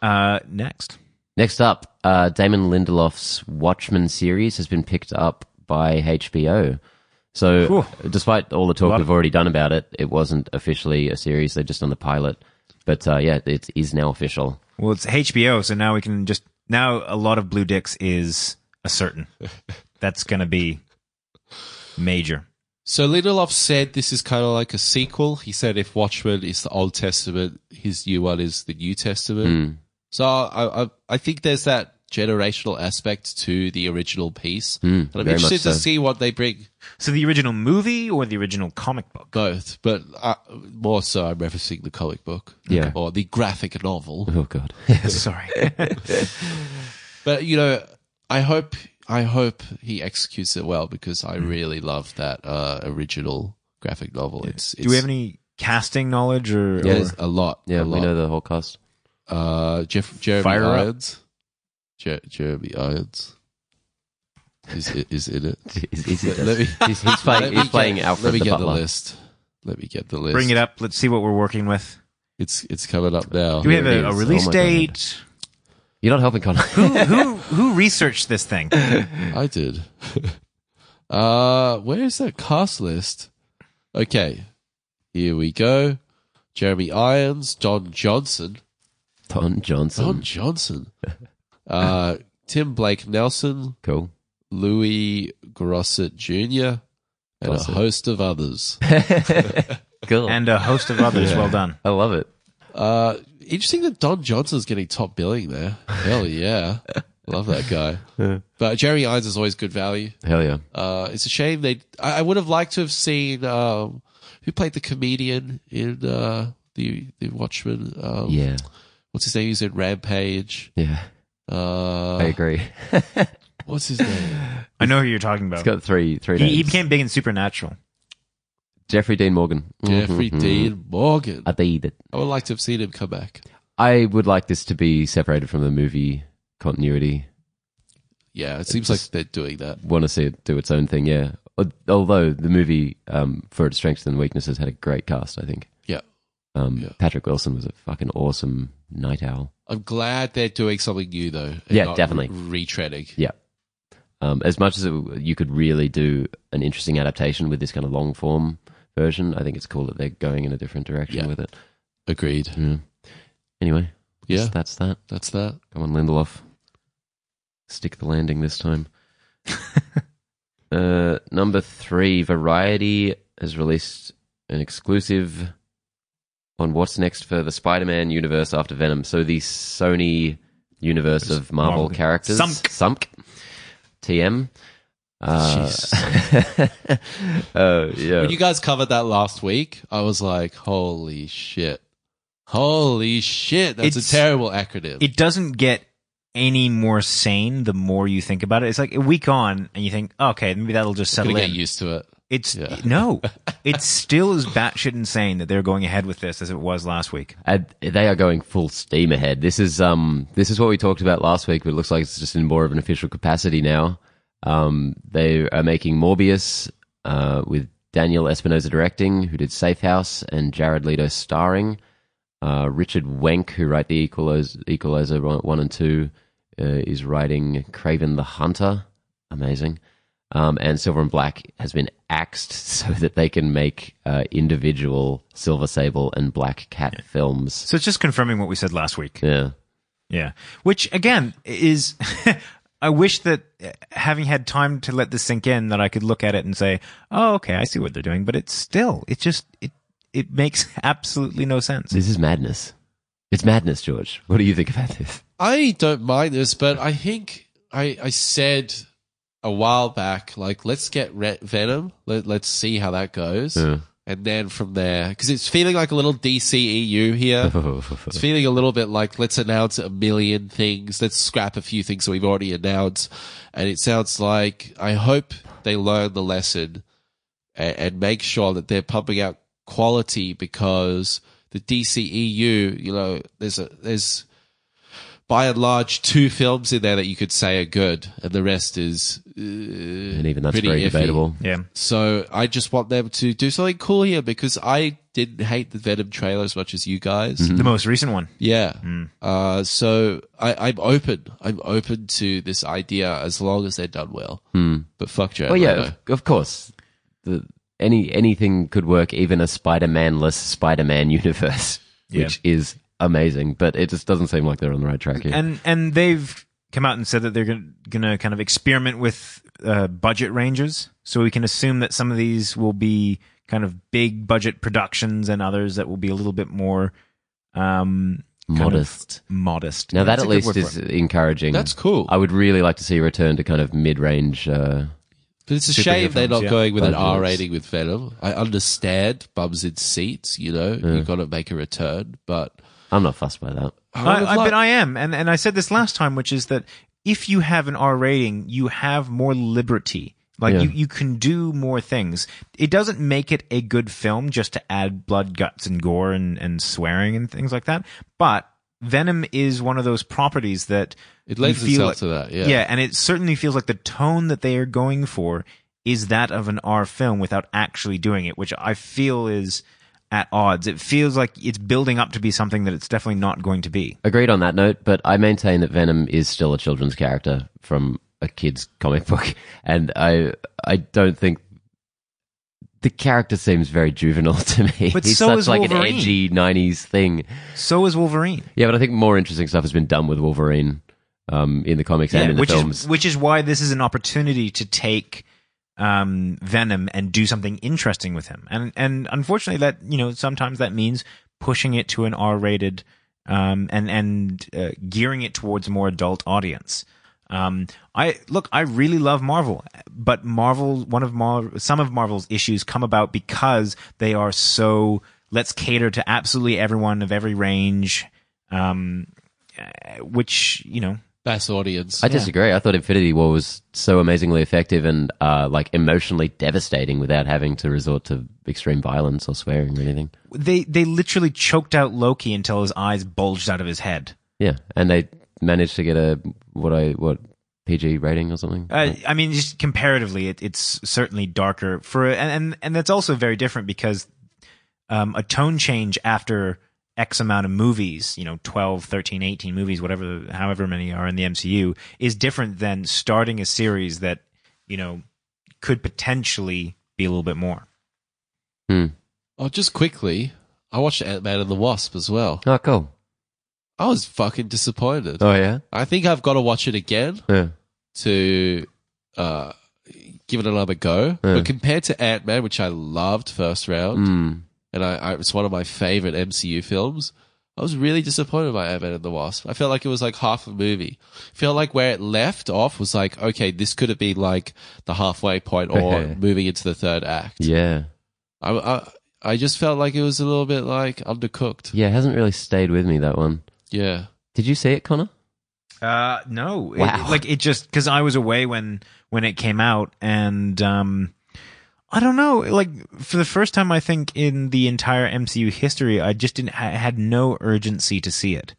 go. Uh, next, Next up, uh, Damon Lindelof's Watchmen series has been picked up by HBO. So, Phew. despite all the talk Lot we've of- already done about it, it wasn't officially a series. They're just on the pilot. But uh, yeah, it is now official. well, it's HBO, so now we can just now a lot of blue dicks is a certain. That's going to be major. So Lindelof said this is kind of like a sequel. He said if Watchmen is the Old Testament, his new one is the New Testament. Hmm. So I, I I think there's that generational aspect to the original piece, and I'm Hmm. very interested much to so. see what they bring So the original movie or the original comic book? both. But uh, more so, I'm referencing the comic book, Yeah. or the graphic novel. Oh, God. Sorry. But you know, I hope I hope he executes it well because I Mm. really love that uh, original graphic novel. It's, it's Do we have any casting knowledge or, Yeah, or- there's a lot. yeah, a lot. we know the whole cast. Uh, Jeff, Jeremy Fire her up. Irons. Je- Jeremy Irons is is in it. He's, he's, Let- let me- he's- he's Let playing, me he's get- playing Let Alfred me the get Butler. the list. Let me get the list. bring it up? Let's see what we're working with. It's it's coming up now. Do we have Here it a, a is. release Oh my God. date? You're not helping, Connor. who, who who researched this thing? I did. uh, where is that cast list? Okay, here we go. Jeremy Irons, Don Johnson, Don Johnson. Don Johnson, uh, Tim Blake Nelson, Cool. Louis Grosset Jr., and Grosset. a host of others. Cool. And a host of others. Well done. I love it. Uh, interesting that Don Johnson's getting top billing there. Hell yeah. Love that guy. But Jerry Irons is always good value. Hell yeah. Uh, it's a shame they. I, I would have liked to have seen um, who played the comedian in uh, the the Watchmen. Um, Yeah. What's his name? He's in Rampage. Yeah. I Uh, agree. what's his name? I know who you're talking It's about. got three, three He, he names. became big in Supernatural. Jeffrey Dean Morgan. Mm-hmm, Jeffrey Dean Morgan. I think that I would like to have seen him come back. I would like this to be separated from the movie continuity. Yeah, it seems like they're doing that. Want to see it do its own thing, yeah. Al- Although the movie, um, for its strengths and weaknesses, had a great cast, I think. Yeah. Um, Yeah. Patrick Wilson was a fucking awesome night owl. I'm glad they're doing something new though. and Yeah, not definitely. re- retreading. Yeah. Um, as much as it, you could really do an interesting adaptation with this kind of long form version, I think it's cool that they're going in a different direction Yeah. with it. Agreed. Yeah. Anyway, Yeah. that's that. That's that. Come on, Lindelof. Stick the landing this time. uh, number three, Variety has released an exclusive on what's next for the Spider-Man universe after Venom. So the Sony universe of Marvel, Marvel. characters, Sunk. Sunk, TM. Uh, uh, yeah. When you guys covered that last week, I was like, holy shit. Holy shit. That's It's- a terrible acronym. It doesn't get any more sane the more you think about it. It's like a week on, and you think, okay, maybe that'll just I'm settle going to in. get used to it. It's Yeah. no, it's still as batshit insane that they're going ahead with this as it was last week. And they are going full steam ahead. This is um this is what we talked about last week, but it looks like it's just in more of an official capacity now. Um, they are making Morbius uh, with Daniel Espinosa directing, who did Safe House, and Jared Leto starring. Uh, Richard Wenk, who wrote the Equalizer, Equalizer one and two, uh, is writing Craven the Hunter. Amazing. Um, and Silver and Black has been axed so that they can make uh, individual Silver Sable and Black Cat films. So it's just confirming what we said last week. Yeah. Yeah. Which again is I wish that uh, having had time to let this sink in, that I could look at it and say, "Oh, okay, I see what they're doing," but it's still, it just it it makes absolutely no sense. This is madness. It's madness, George. What do you think about this? I don't mind this, but I think I, I said a while back, like, let's get Re- Venom. Let, let's see how that goes. Yeah. And then from there, because it's feeling like a little DCEU here. Oh, It's feeling a little bit like let's announce a million things, let's scrap a few things that we've already announced. And it sounds like I hope they learn the lesson and, and make sure that they're pumping out quality because the DCEU, you know, there's a there's by and large two films in there that you could say are good and the rest is uh, and even that's pretty very iffy. debatable. Yeah, So I just want them to do something cool here because I didn't hate the Venom trailer as much as you guys. Mm-hmm. the most recent one. Yeah. Uh, so I, I'm open. I'm open to this idea as long as they're done well. But fuck Jared. Well, yeah, Leto. of, of course. The, any anything could work, even a Spider-Man-less Spider-Man universe, Yeah. which is amazing. But it just doesn't seem like they're on the right track here. and and they've come out and said that they're going to kind of experiment with uh, budget ranges, so we can assume that some of these will be kind of big budget productions, and others that will be a little bit more um, kind of Modest. modest. now that That's at a good least word for is it. encouraging. That's cool. I would really like to see a return to kind of mid-range. Uh, but it's a Superhero shame they're films, not yeah. going with an Budgets. R rating with Venom. I understand bums in seats, you know, you got to make a return, but I'm not fussed by that. would I, I, like- but I am, and and I said this last time, which is that if you have an R rating, you have more liberty. Like Yeah. you, you can do more things. It doesn't make it a good film just to add blood, guts, and gore and, and swearing and things like that. But Venom is one of those properties that it you lends itself feel like- to that. Yeah. and it certainly feels like the tone that they are going for is that of an R film without actually doing it, which I feel is at odds. It feels like it's building up to be something that it's definitely not going to be. Agreed on that note, but I maintain that Venom is still a children's character from a kid's comic book, and I I don't think the character seems very juvenile to me. But He's so such is like an Wolverine. edgy '90s thing. So is Wolverine. Yeah, but I think more interesting stuff has been done with Wolverine um, in the comics and in the which films. is which is why this is an opportunity to take um, Venom and do something interesting with him. And and unfortunately, that you know sometimes that means pushing it to an R-rated um, and and uh, gearing it towards a more adult audience. Um, I look, I really love Marvel, but Marvel, one of Mar- some of Marvel's issues come about because they are so let's cater to absolutely everyone of every range, um, uh, which you know Mass audience. I disagree. I thought Infinity War was so amazingly effective and uh, like emotionally devastating without having to resort to extreme violence or swearing or anything. they they literally choked out Loki until his eyes bulged out of his head. Yeah, and they managed to get a what I what PG rating or something. Uh, I mean, just comparatively, it, it's certainly darker for, and, and and that's also very different because um, a tone change after X amount of movies, you know, 12, 13, 18 movies, whatever, the- however many are in the MCU, is different than starting a series that you know could potentially be a little bit more. oh, just quickly, I watched Ant Man and the Wasp as well. Oh, cool. I was fucking disappointed. Oh yeah, I think I've got to watch it again yeah. to uh, give it another go. But compared to Ant Man, which I loved first round, Mm. and I, I it's one of my favorite MCU films. I was really disappointed by Ant Man and the Wasp. I felt like it was like half a movie. felt like where it left off was like, okay, this could have been like the halfway point or moving into the third act. Yeah, I, I I just felt like it was a little bit like undercooked. yeah. It hasn't really stayed with me that one. Yeah. Did you see it, Connor? Uh, no, It- Wow. like it just because I was away when when it came out, and um, I don't know. Like for the first time, I think in the entire MCU history, I just didn't I had no urgency to see it,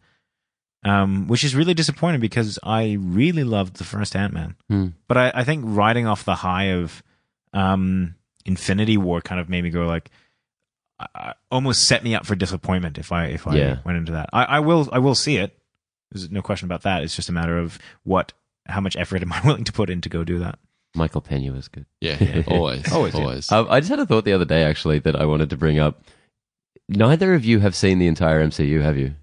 um, which is really disappointing because I really loved the first Ant Man, Hmm. but I, I think riding off the high of um, Infinity War kind of made me go like. I- I, almost set me up for disappointment if I if I Yeah. went into that. I, I will I will see it. There's no question about that. It's just a matter of what, how much effort am I willing to put in to go do that? Michael Pena was good. Yeah. Always. always. Always, yeah. Always. Um, I just had a thought the other day actually that I wanted to bring up. Neither of you have seen the entire MCU, have you?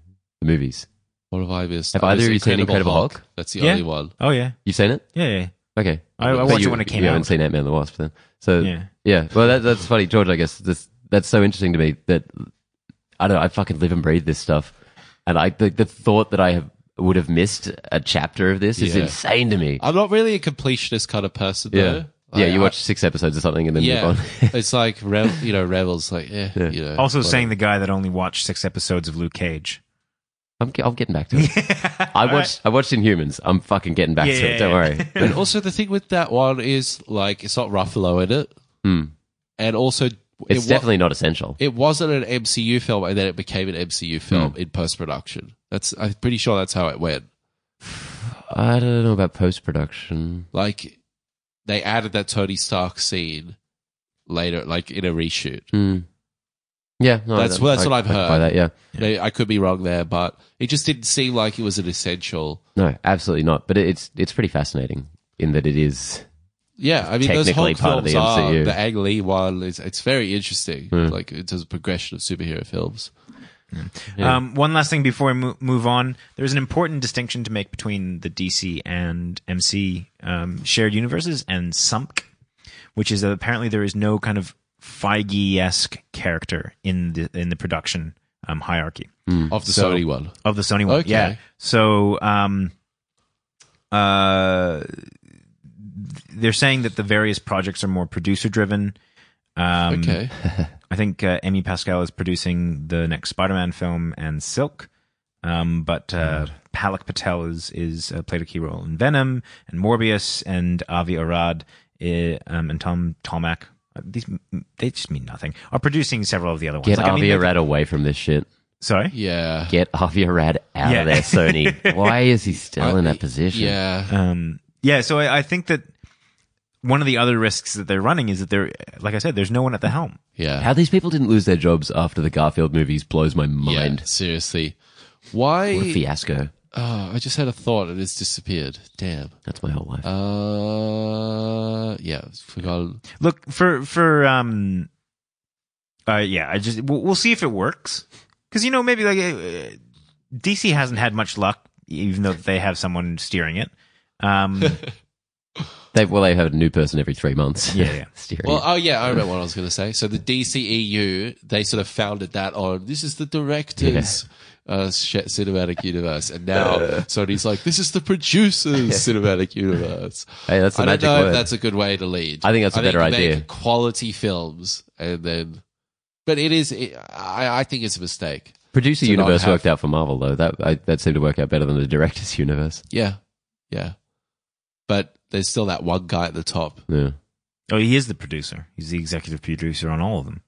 The movies. What have I missed? Oh, Have I either missed of you seen Incredible Hulk? That's the Yeah. only one. Oh yeah, You've seen it? yeah, yeah. Okay. I- I So watched it you- when it came You haven't out. seen Ant Man and the Wasp then. So yeah, yeah. well that, that's funny, George. I guess this that's so interesting to me that I don't. know, I fucking live and breathe this stuff, and I the, the thought that I have would have missed a chapter of this is Yeah. insane to me. I'm not really a completionist kind of person, yeah, though. yeah. Like, You I- watch six episodes or something and then yeah, move on. it's like Rev, you know, Rebels, like yeah, you know. Also, whatever. saying the guy that only watched six episodes of Luke Cage. I'm, ge- I'm getting back to it. I watched I watched Inhumans. I'm fucking getting back Yeah, to yeah, it. Don't yeah. worry. and also the thing with that one is like it's not Ruffalo in it, Hmm. and also It's it wa- definitely not essential. it wasn't an MCU film, and then it became an Hmm. MCU film in post production. That's I'm pretty sure that's how it went. I don't know about post production. Like they added that Tony Stark scene later, like in a reshoot. Hmm. Yeah, no, I That's don't- what- that's I- what uh, I've I can buy heard. that, yeah, Now, I could be wrong there, but it just didn't seem like it was an essential. no, absolutely not. But it- it's it's pretty fascinating in that it is. Yeah, I mean, those Technically Hulk part of films the are MCU. the Ang Lee one. Is, it's very interesting, Hmm. like in terms of progression of superhero films. Yeah. Um, one last thing before we mo- move on, there's an important distinction to make between the DC and MC um, shared universes and SUMPC, which is that apparently there is no kind of Feige esque character in the in the production um, hierarchy Hmm. Of the So- Sony one, of the Sony one. Okay. Yeah. So, um, uh, they're saying that the various projects are more producer driven. Um, okay, I think uh, Amy Pascal is producing the next Spider-Man film and Silk, um, but uh, Palak Patel is is uh, played a key role in Venom and Morbius and Avi Arad uh, um, and Tom Tomac. uh, These m- they just mean nothing. Are producing several of the other ones. Get Like, I mean, Avi like- Arad away from this shit. Sorry. yeah, Get Avi Arad out Yeah. of there, Sony. Why is he still in I- that position? Yeah, Um, yeah, so I, I think that one of the other risks that they're running is that they're, like I said, there's no one at the helm. yeah. How these people didn't lose their jobs after the Garfield movies blows my mind. Yeah, seriously. What a Why? fiasco. Oh, I just had a thought and it's disappeared. Damn. That's my whole life. Uh, yeah, forgotten. Look for for um, uh, yeah, I just we'll, we'll see if it works because you know maybe like uh, DC hasn't had much luck, even though they have someone steering it. Um, they well, they have a new person every three months. Yeah, yeah. Steering Well, it. oh yeah, I remember what I was going to say. So the DCEU, they sort of founded that on this is the directors. Uh, sh- cinematic universe, and now Sony's like, "This is the producers' cinematic universe." Hey, that's the I don't magic know word. if that's a good way to lead. I think that's a better make idea. Quality films, and then, but it is. It, I, I think it's a mistake. Producer to not universe have- worked out for Marvel though. That I, that seemed to work out better than the director's universe. Yeah. Yeah. But there's still that one guy at the top. Yeah. oh, he is the producer. He's the executive producer on all of them.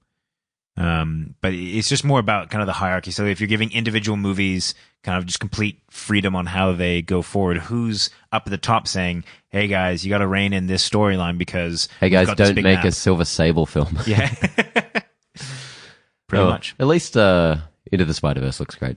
Um, but it's just more about kind of the hierarchy. So if you're giving individual movies kind of just complete freedom on how they go forward, who's up at the top saying, "Hey guys, you got to rein in this storyline because Hey we've guys, got this don't big make map." a Silver Sable film. Yeah, pretty Oh, much. At least uh, Into the Spider Verse looks great.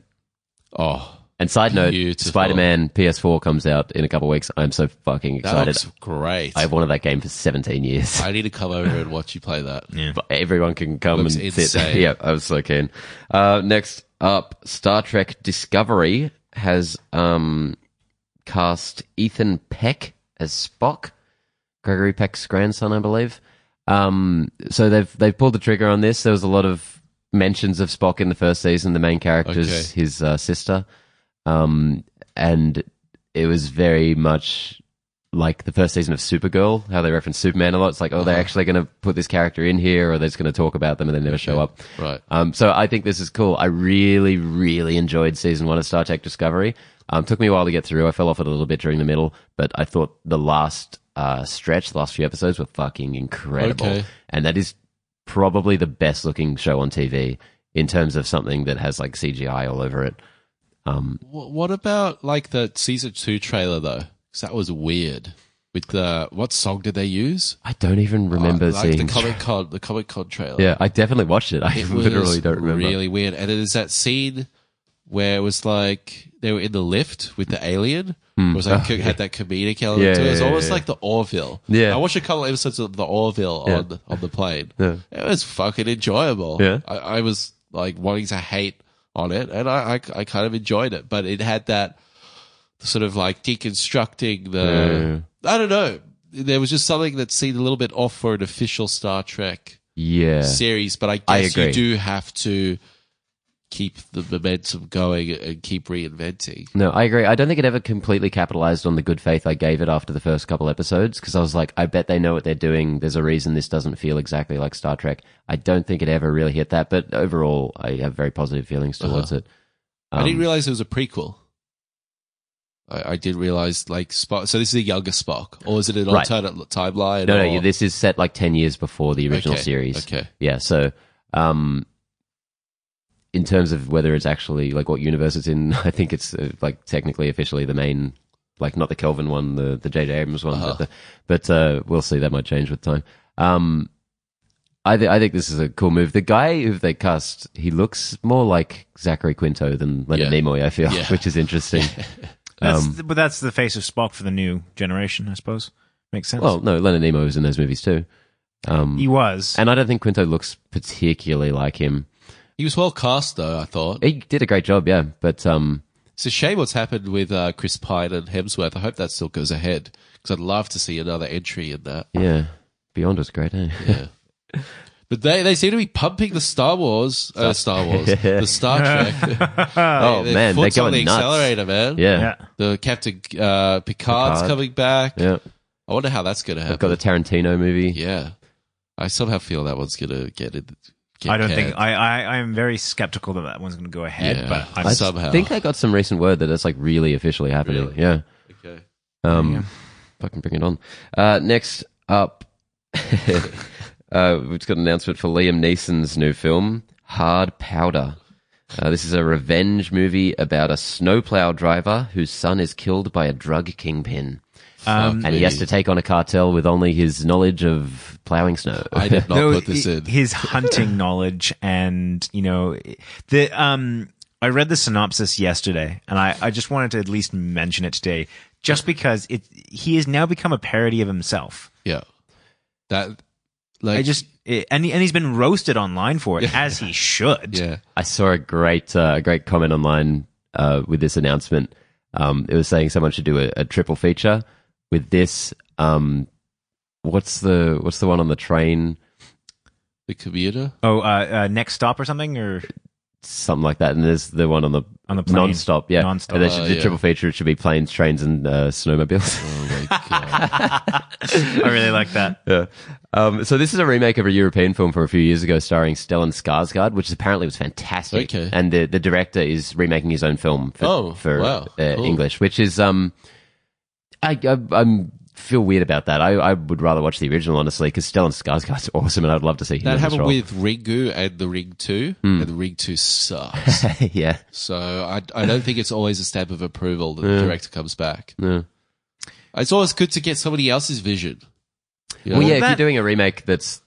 Oh, And side note, Beautiful. Spider Man PS4 comes out in a couple of weeks. I'm so fucking that excited. looks great. I've I, wanted that game for 17 years. need to come over and watch you play that. Yeah. But everyone can come Looks and sit. insane. yeah, I was so keen. Uh, next up, Star Trek Discovery has um, cast Ethan Peck as Spock, Gregory Peck's grandson, I believe. Um, so they've they've pulled the trigger on this. There was a lot of mentions of Spock in the first season. The main character's Okay. his uh, sister, um, and it was very much like the first season of Supergirl, how they reference Superman a lot. It's like, oh, they're actually going to put this character in here, or they're just going to talk about them and they never show up. Right. Um, so I think this is cool. I really, really enjoyed season one of Star Trek Discovery. Um, took me a while to get through. I fell off it a little bit during the middle, but I thought the last uh, stretch, the last few episodes were fucking incredible. Okay. And that is probably the best looking show on TV in terms of something that has like CGI all over it. Um, Wh- What about like the season two trailer though? 'Cause that was weird. With the what song did they use? I don't even remember Uh, like seeing. the Comic Con, the Comic Con trailer. yeah, I definitely watched it. I it was literally don't remember. Really weird. And it is that scene where it was like they were in the lift with the alien. It was like co- had that comedic element Hmm. Yeah, to it. It was yeah, almost yeah. like the Orville. Yeah. I watched a couple of episodes of the Orville Yeah. on on the plane. Yeah. It was fucking enjoyable. Yeah. I, I was like wanting to hate on it, and I, I I kind of enjoyed it, but it had that sort of like deconstructing the I don't know. There was just something that seemed a little bit off for an official Star Trek Yeah. series, but I I guess you agree. do have to keep the momentum going and keep reinventing. No, I agree. I don't think it ever completely capitalized on the good faith I gave it after the first couple episodes because I was like, I bet they know what they're doing. There's a reason this doesn't feel exactly like Star Trek. I don't think it ever really hit that, but overall, I have very positive feelings towards it. Uh-huh. I didn't Um, realize it was a prequel. I, I did realize like Spock. So this is a younger Spock, or is it an Right. alternate l- timeline? or, No, no, yeah, this is set like 10 years before the original Okay, series. Okay, Yeah, so um, in terms of whether it's actually like what universe it's in, I think it's uh, like technically officially the main, like not the Kelvin one, the the J.J. Abrams one, Uh-huh. but, the, but uh, we'll see. That might change with time. Um, I, th- I think this is a cool move. The guy who they cast, he looks more like Zachary Quinto than Leonard Yeah. Nimoy. I feel, Yeah. which is interesting. That's, Um, but that's the face of Spock for the new generation, I suppose. Makes sense. well, no, Leonard Nimoy was in those movies too. Um, he was. and I don't think Quinto looks particularly like him. he was well cast though. I thought He did a great job, yeah, but um, it's a shame what's happened with uh, Chris Pine and Hemsworth. I hope that still goes ahead because I'd love to see another entry in that. Yeah. Beyond was great, eh? Yeah. But they, they seem to be pumping the Star Wars, uh, Star Wars, the Star Trek. oh Their man, they're foot's on the going nuts. accelerator, man. Yeah. yeah. yeah. The Captain uh, Picard's Picard. coming back. I wonder how that's going to I've got happen. the Tarantino movie. yeah, I somehow feel that one's going to get it. Get I don't think canned. I, I. I am very skeptical that that one's going to go ahead. Yeah. But I'm I I saw- Somehow. think I got some recent word that it's like really officially happening. Really? Yeah. Okay. Um Yeah. fucking bring it on. Uh next up uh we've just got an announcement for Liam Neeson's new film, Hard Powder. Uh, this is a revenge movie about a snowplow driver whose son is killed by a drug kingpin, Um, Fuck and me. he has to take on a cartel with only his knowledge of plowing snow. I did not though put this i- in. His hunting knowledge and you know the um I read the synopsis yesterday and I, I just wanted to at least mention it today just because it he has now become a parody of himself. yeah, that like I just it, and he, and he's been roasted online for it as he should. yeah. I saw a great uh, a great comment online uh, with this announcement. Um, it was saying someone should do a, a triple feature with this. Um, what's the what's the one on the train? The commuter. Oh, uh, uh, next stop or something or Something like that. And there's the one on the on the plane. non-stop. Yeah, Nonstop. And they should Uh, do yeah. triple feature. It should be planes, trains, and uh, snowmobiles. Oh my god. I really like that. yeah. Um, so this is a remake of a European film from a few years ago, starring Stellan Skarsgård, which apparently was fantastic. Okay. And the the director is remaking his own film for, Oh, for wow. uh, Cool. English, which is um, I, I I'm feel weird about that. I, I would rather watch the original honestly because Stellan Skarsgård's awesome, and I'd love to see him. that in this happened role. with Ringu and the Ring Two, Hmm. and the Ring Two sucks. yeah. So I, I don't think it's always a stamp of approval that the director comes back. No. It's always good to get somebody else's vision. You Well, know? yeah. if that- you're doing a remake, that's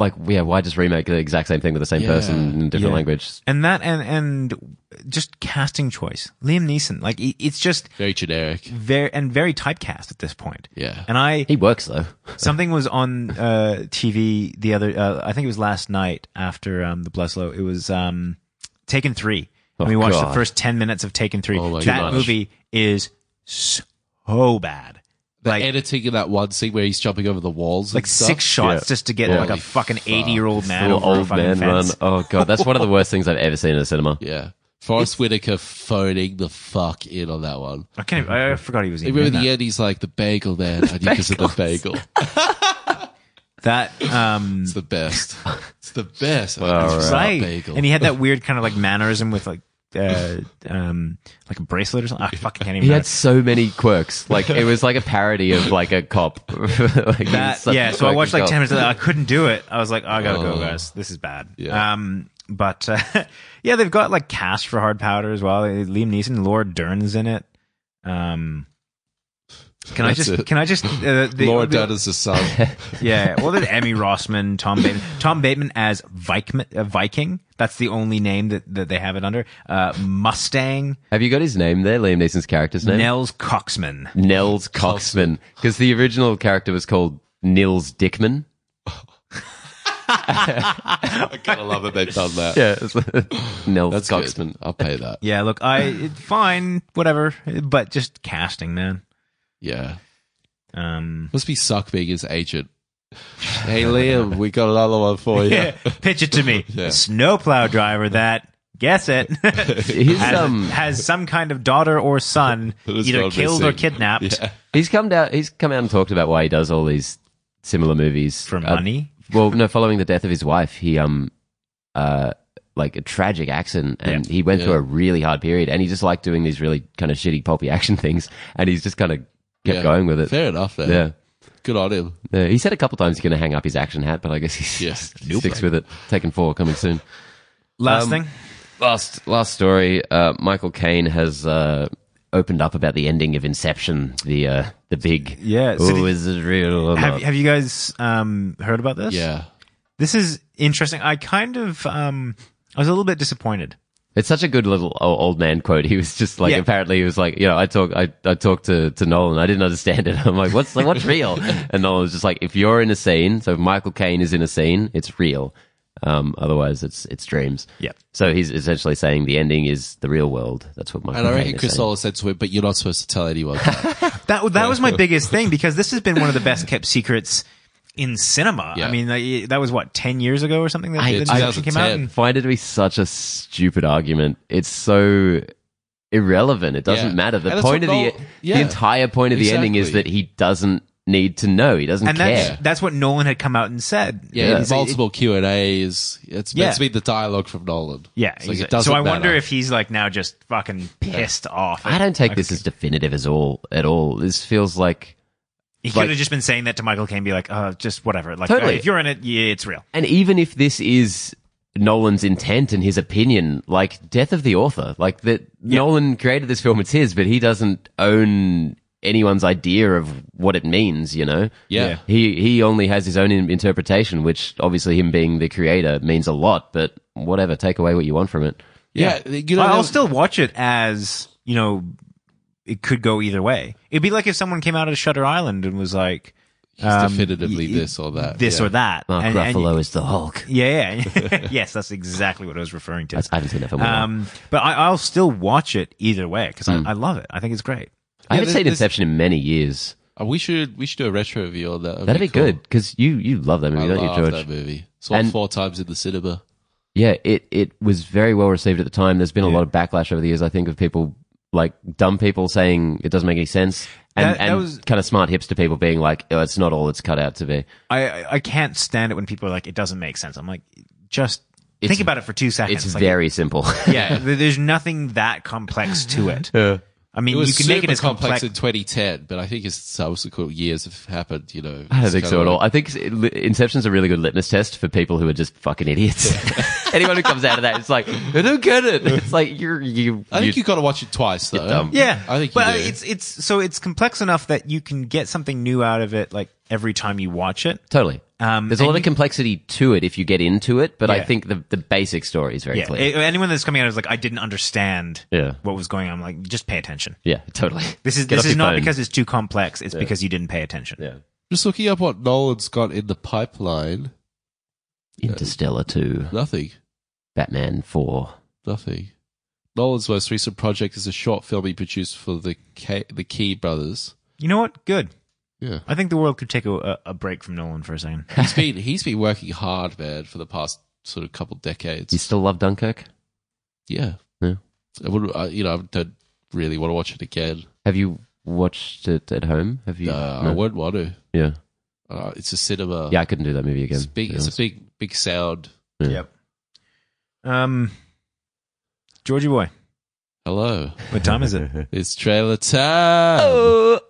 like, yeah, why just remake the exact same thing with the same Yeah. person in a different Yeah. language? And that and and just casting choice. Liam Neeson, like it, it's just Very generic. very and very typecast at this point. Yeah. And I He works though. something was on uh, TV the other. Uh, I think it was last night after um, the Bleslow. It was um, Taken Three. and we watched God. the first ten minutes of Taken Three. Oh my that gosh. movie is so bad. Like Editing in that one scene where he's jumping over the walls, like and stuff. six shots just to get Yeah. like a Holy fucking fuck. eighty year old man Little over a old fucking man run. fence. Oh god, that's one of the worst things I've ever seen in a cinema. Yeah. Forrest Whitaker phoning the fuck in on that one. I can't. even- I forgot he was. Even Remember in the that. end, he's like the bagel man, and because of the bagel, that um, it's the best. It's the best. All It's right. not right. bagel. And he had that weird kind of like mannerism with like uh, um, like a bracelet or something. I fucking can't even. He remember. had so many quirks. Like it was like a parody of like a cop. Like, he was that, such yeah. a So I quirky watched like cop. ten minutes. Of that. I couldn't do it. I was like, oh, I gotta Oh. go, guys. This is bad. Yeah. Um, but uh, yeah, they've got like cast for Hard Powder as well. Liam Neeson, Laura Dern's in it. Um, can I That's just? it. Can I just? Uh, the, Laura the- Dern is the son. Yeah. Well, there's Emmy Rossman, Tom Bateman. Tom Bateman as Viking. Uh, Viking. That's the only name that, that they have it under. Uh, Mustang. Have you got his name there? Liam Neeson's character's name. Nels Coxman. Nels Coxman, because the original character was called Nils Dickman. I kind of love that they've done that. yeah, Nell That's Coxman. good. I'll pay that. Yeah, look, I it- fine, whatever, but just casting, man. Yeah. Um, Must be Suck being his agent. Hey, Liam, we got another one for you. pitch it to me. Yeah. Snowplow driver that guess it He's has, um has some kind of daughter or son Who's either gone killed or missing. kidnapped Yeah. he's come down he's come out and talked about why he does all these similar movies for Uh, money. well, no, following the death of his wife, he um uh like a tragic accident and he went through Yeah. a really hard period and he just liked doing these really kind of shitty pulpy action things and he's just kind of kept Yeah. going with it. Fair enough, then. Yeah. Good on him. yeah. He said a couple times he's going to hang up his action hat, but I guess he's Yeah. sticks with it. Taken 4 coming soon. Last um, thing. Last last story, uh, Michael Caine has uh opened up about the ending of Inception, the uh the big Yeah, so Oh, did- is it real or Have, not? have you guys um, heard about this? Yeah. This is interesting. I kind of um, I was a little bit disappointed. It's such a good little o- old man quote. He was just like, Yeah. apparently, he was like, you know, I talk, I, I talked to, to Nolan. I didn't understand it. I'm like, what's what's real? And Nolan was just like, if you're in a scene, so if Michael Caine is in a scene, it's real. Um, otherwise, it's it's dreams. Yeah. So he's essentially saying the ending is the real world. That's what Michael. And I Caine reckon is Chris saying. Sola said to him, but you're not supposed to tell anyone. that." That that was my biggest thing because this has been one of the best kept secrets in cinema. Yeah. I mean, like, that was what ten years ago or something that I- the I- Inception came out. 2010. And, find it to be such a stupid argument. It's so irrelevant. It doesn't Yeah. matter. The And that's point of what the e, Nolan- yeah. the entire point of the ending is that Exactly. he doesn't need to know. He doesn't and care. that's that's what Nolan had come out and said. yeah, It's- multiple Q and A's. It's Yeah. meant to be the dialogue from Nolan. Yeah, It's like, it exactly. doesn't so I wonder matter. if he's like now just fucking pissed off. I don't take this as definitive as all at all. This feels like, He like- could have just been saying that to Michael Caine, be like, "Uh, just whatever." Like, Totally. "Uh, if you're in it, yeah, it's real. and even if this is Nolan's intent and his opinion, like death of the author, like that Nolan created this film, it's his, but he doesn't own anyone's idea of what it means. You know, Yeah. Yeah. he he only has his own in- interpretation, which obviously him being the creator means a lot. But whatever, take away what you want from it. Yeah. You know, I'll there- still watch it as you know. It could go either way. It'd be like if someone came out of Shutter Island and was like, He's Um, definitively this or that. this Yeah. or that. Mark And- and- Ruffalo is the Hulk. yeah, yeah. yes, that's exactly what I was referring to. That's, I haven't seen that film. in a while. Um, but I, I'll still watch it either way because Hmm. I, I love it. I think it's great. yeah, I haven't this- seen this- Inception in many years. Uh, We should we should do a retro review on that. That'd be, cool. good 'cause good because you you love that movie, I don't you, love George? that movie. Saw it And- four times in the cinema. Yeah, it, it was very well received at the time. There's been a lot of backlash over the years, I think, of people like dumb people saying it doesn't make any sense, and, That- that and was- kind of smart hipster people being like, "Oh, it's not all it's cut out to be." I, I I can't stand it when people are like, it doesn't make sense. I'm like, just It's- think about it for two seconds. It's, like, very simple. yeah, th- there's nothing that complex to it. I It mean, you was can super make it as complex, complex. in 2010, but I think as subsequent years have happened, you know. I don't it's think kind so of at all. like- I think it- li- Inception's a really good litmus test for people who are just fucking idiots. Anyone who comes out of that, it's like, I don't get it. It's like you're you. I think you- you got to watch it twice though. dumb. yeah, I think you but uh, do. it's it's so it's complex enough that you can get something new out of it like every time you watch it. Totally. Um, There's a and lot you- of complexity to it if you get into it, but I Yeah. think the the basic story is very Yeah, clear. a- anyone that's coming out is like, I didn't understand Yeah. what was going on. I'm like, just pay attention. yeah, totally. This is Get this off is your not phone. because it's too complex. It's because you didn't pay attention. yeah. Just looking up what Nolan's got in the pipeline. Interstellar 2, Nothing. Batman 4. Nothing. Nolan's most recent project is a short film he produced for the K- the Key brothers. You know what? Good. Yeah. I think the world could take a- a, a break from Nolan for a second. He's been he's been working hard, man, for the past sort of couple decades. You still love Dunkirk? yeah. Yeah. I would I, you know, I don't really want to watch it again. Have you watched it at home? Have you? Uh, No? I wouldn't want to. yeah. Uh, it's a cinema. Yeah, I couldn't do that movie again. It's big. to be It's a honest. big, big sound. Yep. Um, Georgie boy, Hello, what time is it? it's trailer time. Oh.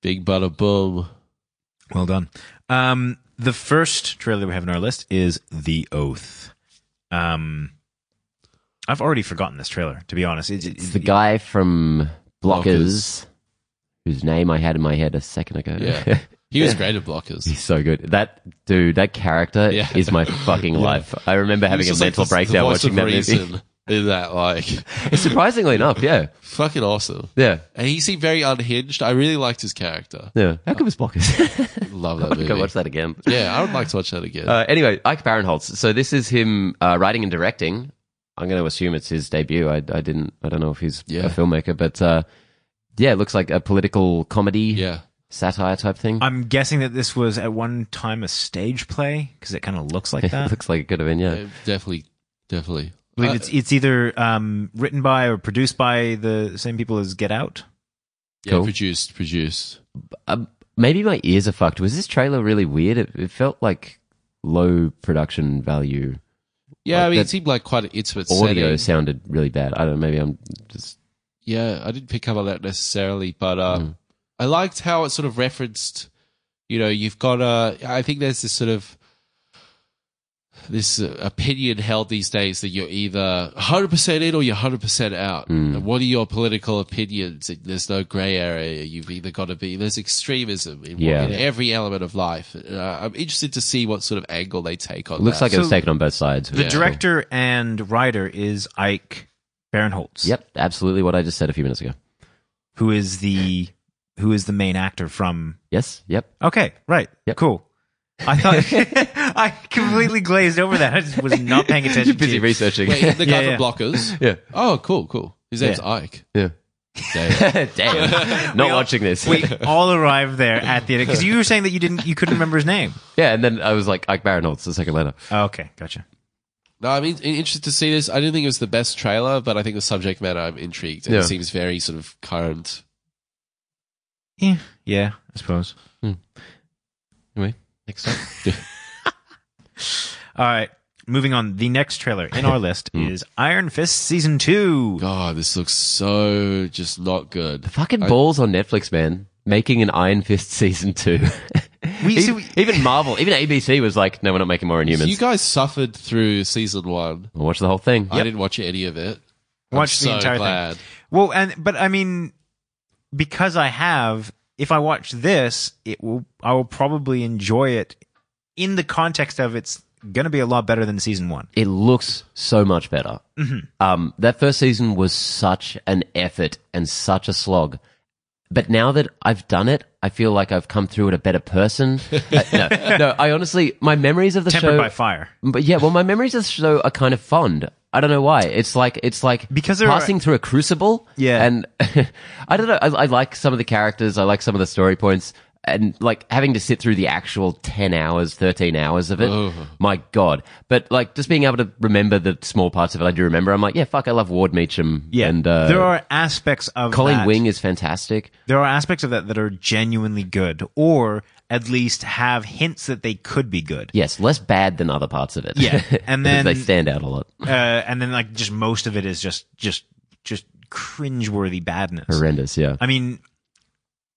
Big butter boom. well done. Um, the first trailer we have on our list is The Oath. Um, I've already forgotten this trailer. To be honest, It- it- It's the guy from Blockers, Blockers. whose name I had in my head a second ago. Yeah. He was great at blockers. He's so good. That dude, that character Yeah. is my fucking life. I remember having a He was just like mental the- the breakdown voice watching of that movie. reason. in that. Like, Surprisingly enough, yeah, fucking awesome. yeah, And he seemed very unhinged. I really liked his character. yeah. How good was Blockers? Love that I'd movie. go watch that again. Yeah, I would like to watch that again. Uh, anyway, Ike Barinholtz. So this is him uh, writing and directing. I'm going to assume it's his debut. I, I didn't. I don't know if he's Yeah. a filmmaker, but uh, yeah, it looks like a political comedy yeah. satire type thing. I'm guessing that this was at one time a stage play because it kind of looks like it that. looks like it could have been. Yeah, Uh, Yeah, uh, definitely, definitely. Uh, I believe it's it's either um, written by or produced by the same people as Get Out. Yeah, Cool. produced, produced. Uh, maybe my ears are fucked. Was this trailer really weird? It, it felt like low production value. Yeah, Like I mean, it that seemed like quite an intimate Audio setting. sounded really bad. I don't. know. Maybe I'm just. Yeah, I didn't pick up on that necessarily, but uh, Mm. I liked how it sort of referenced. You know, you've got a. I think there's this sort of this uh, opinion held these days that you're either 100% in or you're 100% out. Mm. And what are your political opinions? There's no gray area. You've either got to be. There's extremism in, Yeah. in every element of life. Uh, I'm interested to see what sort of angle they take on. It looks that. like it was So- taken on both sides. The Yeah. director and writer is Ike Barinholtz. Yep, absolutely. What I just said a few minutes ago. Who is the who is the main actor from? Yes. Yep. Okay, right. Yep. Cool. I thought I completely glazed over that. I just was not paying attention. You're busy to you. researching. Wait, the guy Yeah, from Blockers. yeah. Oh, cool, cool. His name's Ike. Yeah. Damn. Damn. Not We all- watching this. we all arrived there at the end because you were saying that you didn't, you couldn't remember his name. yeah, and then I was like, Ike Barinholtz, the second letter. Oh, okay, gotcha. No, I'm in- interested to see this. I didn't think it was the best trailer, but I think the subject matter I'm intrigued. and Yeah. It seems very sort of current. Yeah, yeah, I suppose. Anyway, next up. All right, moving on. The next trailer in our list is Iron Fist season two. God, this looks so just not good. Fucking balls on Netflix, man. Making an Iron Fist season two. We- even, so we- even Marvel, even ABC was like, no, we're not making more Inhumans. You guys suffered through season one. we'll watch the whole thing. I didn't watch any of it. Watch I'm the so entire glad. thing. Well, and but I mean, because I have, if I watch this, it will. I will probably enjoy it in the context of it's going to be a lot better than season one. It looks so much better. Mm-hmm. Um, that first season was such an effort and such a slog. But now that I've done it, I feel like I've come through it a better person. Uh, no, no, I honestly, my memories of the Tempered show by fire. But yeah, well, my memories of the show are kind of fond. I don't know why. It's like it's like Because there are- passing through a crucible. Yeah. and I don't know. I, I like some of the characters. I like some of the story points, and like having to sit through the actual ten hours, thirteen hours of it. My God! But like just being able to remember the small parts of it, I do remember. I'm like, yeah, fuck, I love Ward Meacham. Yeah, and uh, there are aspects of Colleen that- Wing is fantastic. There are aspects of that that are genuinely good, or at least have hints that they could be good. Yes, less bad than other parts of it. Yeah, and Because they then- stand out a lot. uh, and then like just most of it is just just just cringeworthy badness. Horrendous. Yeah. I mean,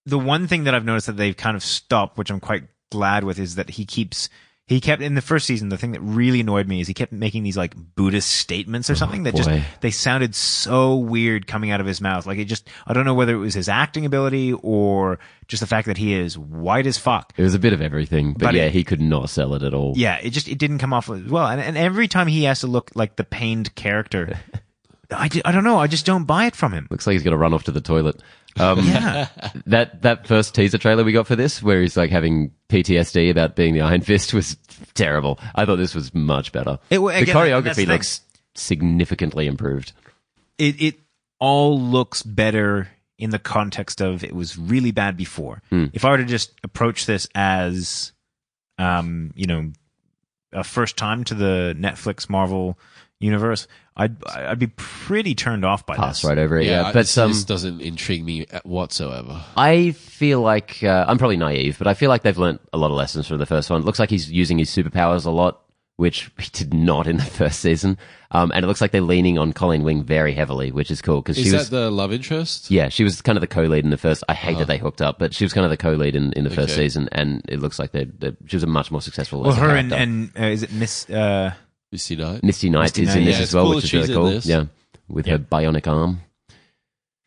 the one thing that I've noticed that they've kind of stopped, which I'm quite glad with, is that he keeps he kept in the first season. The thing that really annoyed me is he kept making these like Buddhist statements or something that boy. just they sounded so weird coming out of his mouth. Like it just I don't know whether it was his acting ability or just the fact that he is white as fuck. It was a bit of everything, but, But yeah, it- he could not sell it at all. Yeah, it just it didn't come off as well. And, and every time he has to look like the pained character, I, ju- I don't know. I just don't buy it from him. Looks like he's going to run off to the toilet. Um, That that first teaser trailer we got for this, where he's like having PTSD about being the Iron Fist, was terrible. I thought this was much better. It wa- the again, that's the choreography thing. looks significantly improved. it it all looks better in the context of it was really bad before. Hmm. If I were to just approach this as, um, you know, a first time to the Netflix Marvel universe, I'd I'd be pretty turned off by Pass this. right over it, yeah. I- But this, um, this doesn't intrigue me whatsoever. I feel like uh, I'm probably naive, but I feel like they've learnt a lot of lessons from the first one. It looks like he's using his superpowers a lot, which he did not in the first season. Um, and it looks like they're leaning on Colleen Wing very heavily, which is cool because Is she that was the love interest? Yeah, she was kind of the co-lead in the first. I hate that they hooked up, but she was kind of the co-lead in, in the first Uh-huh. Okay. season, and it looks like they they- she was a much more successful. Well, as a her and, character. and uh, is it Miss? Uh, You see that? Misty Knight Misty is Knight, in this yeah, as it's well, cool which that is really she's in cool. this. Yeah, with her bionic arm.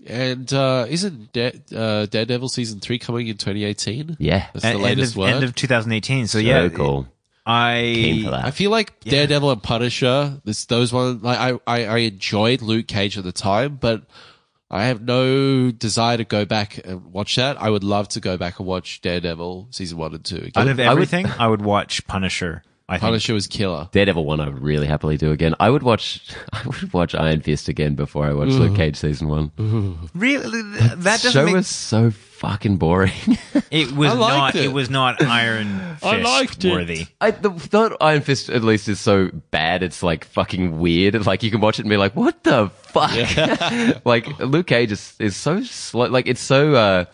And uh, isn't De- uh, Daredevil season three coming in 2018? Yeah, That's at the latest end word. of, End of 2018. So yeah, so cool. I Keen for that. I feel like Daredevil and Punisher, this those ones like I, I, I enjoyed Luke Cage at the time, but I have no desire to go back and watch that. I would love to go back and watch Daredevil season one and two. Again. out of I would- everything, I would, watch Punisher. I think Punisher was killer. Daredevil one, I would really happily do again. I would watch, I would watch Iron Fist again before I watch Mm-hmm. Luke Cage season one. really that That doesn't show make was so fucking boring. it was I liked not it. it. was not Iron Fist I liked it. worthy. I the thought Iron Fist at least is so bad. It's like fucking weird. Like you can watch it and be like, what the fuck? like Luke Cage is is so slow. Like it's so. uh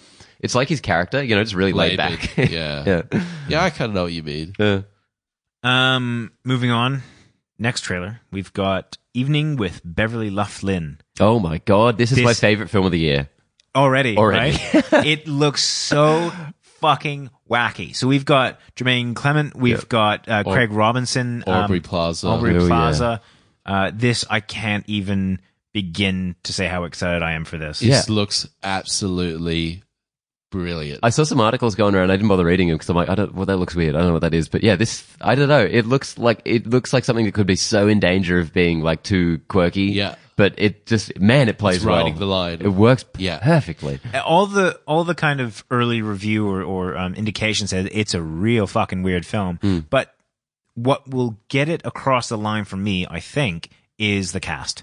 It's like his character, you know, just really laid, Laid back. back, yeah. yeah. Yeah, I kind of know what you mean. Yeah. Um, moving on. Next trailer, we've got Evening with Beverly Loughlin. Oh my god, this is my This- favorite film of the year. Already, Already. right? it looks so fucking wacky. So we've got Jermaine Clement, we've got uh, Craig Robinson, um, Aubrey Plaza. Aubrey Oh, yeah. Plaza. Uh, this I can't even begin to say how excited I am for this. This looks absolutely brilliant. I saw some articles going around. I didn't bother reading them because I'm like, I don't. Well, that looks weird. I don't know what that is. But yeah, this. I don't know. It looks like it looks like something that could be so in danger of being like too quirky. Yeah. But it just man, it plays It's riding well. the line. It works Yeah. perfectly. all the all the kind of early review or, or um, indication says it's a real fucking weird film. Hmm. But what will get it across the line for me, I think, is the cast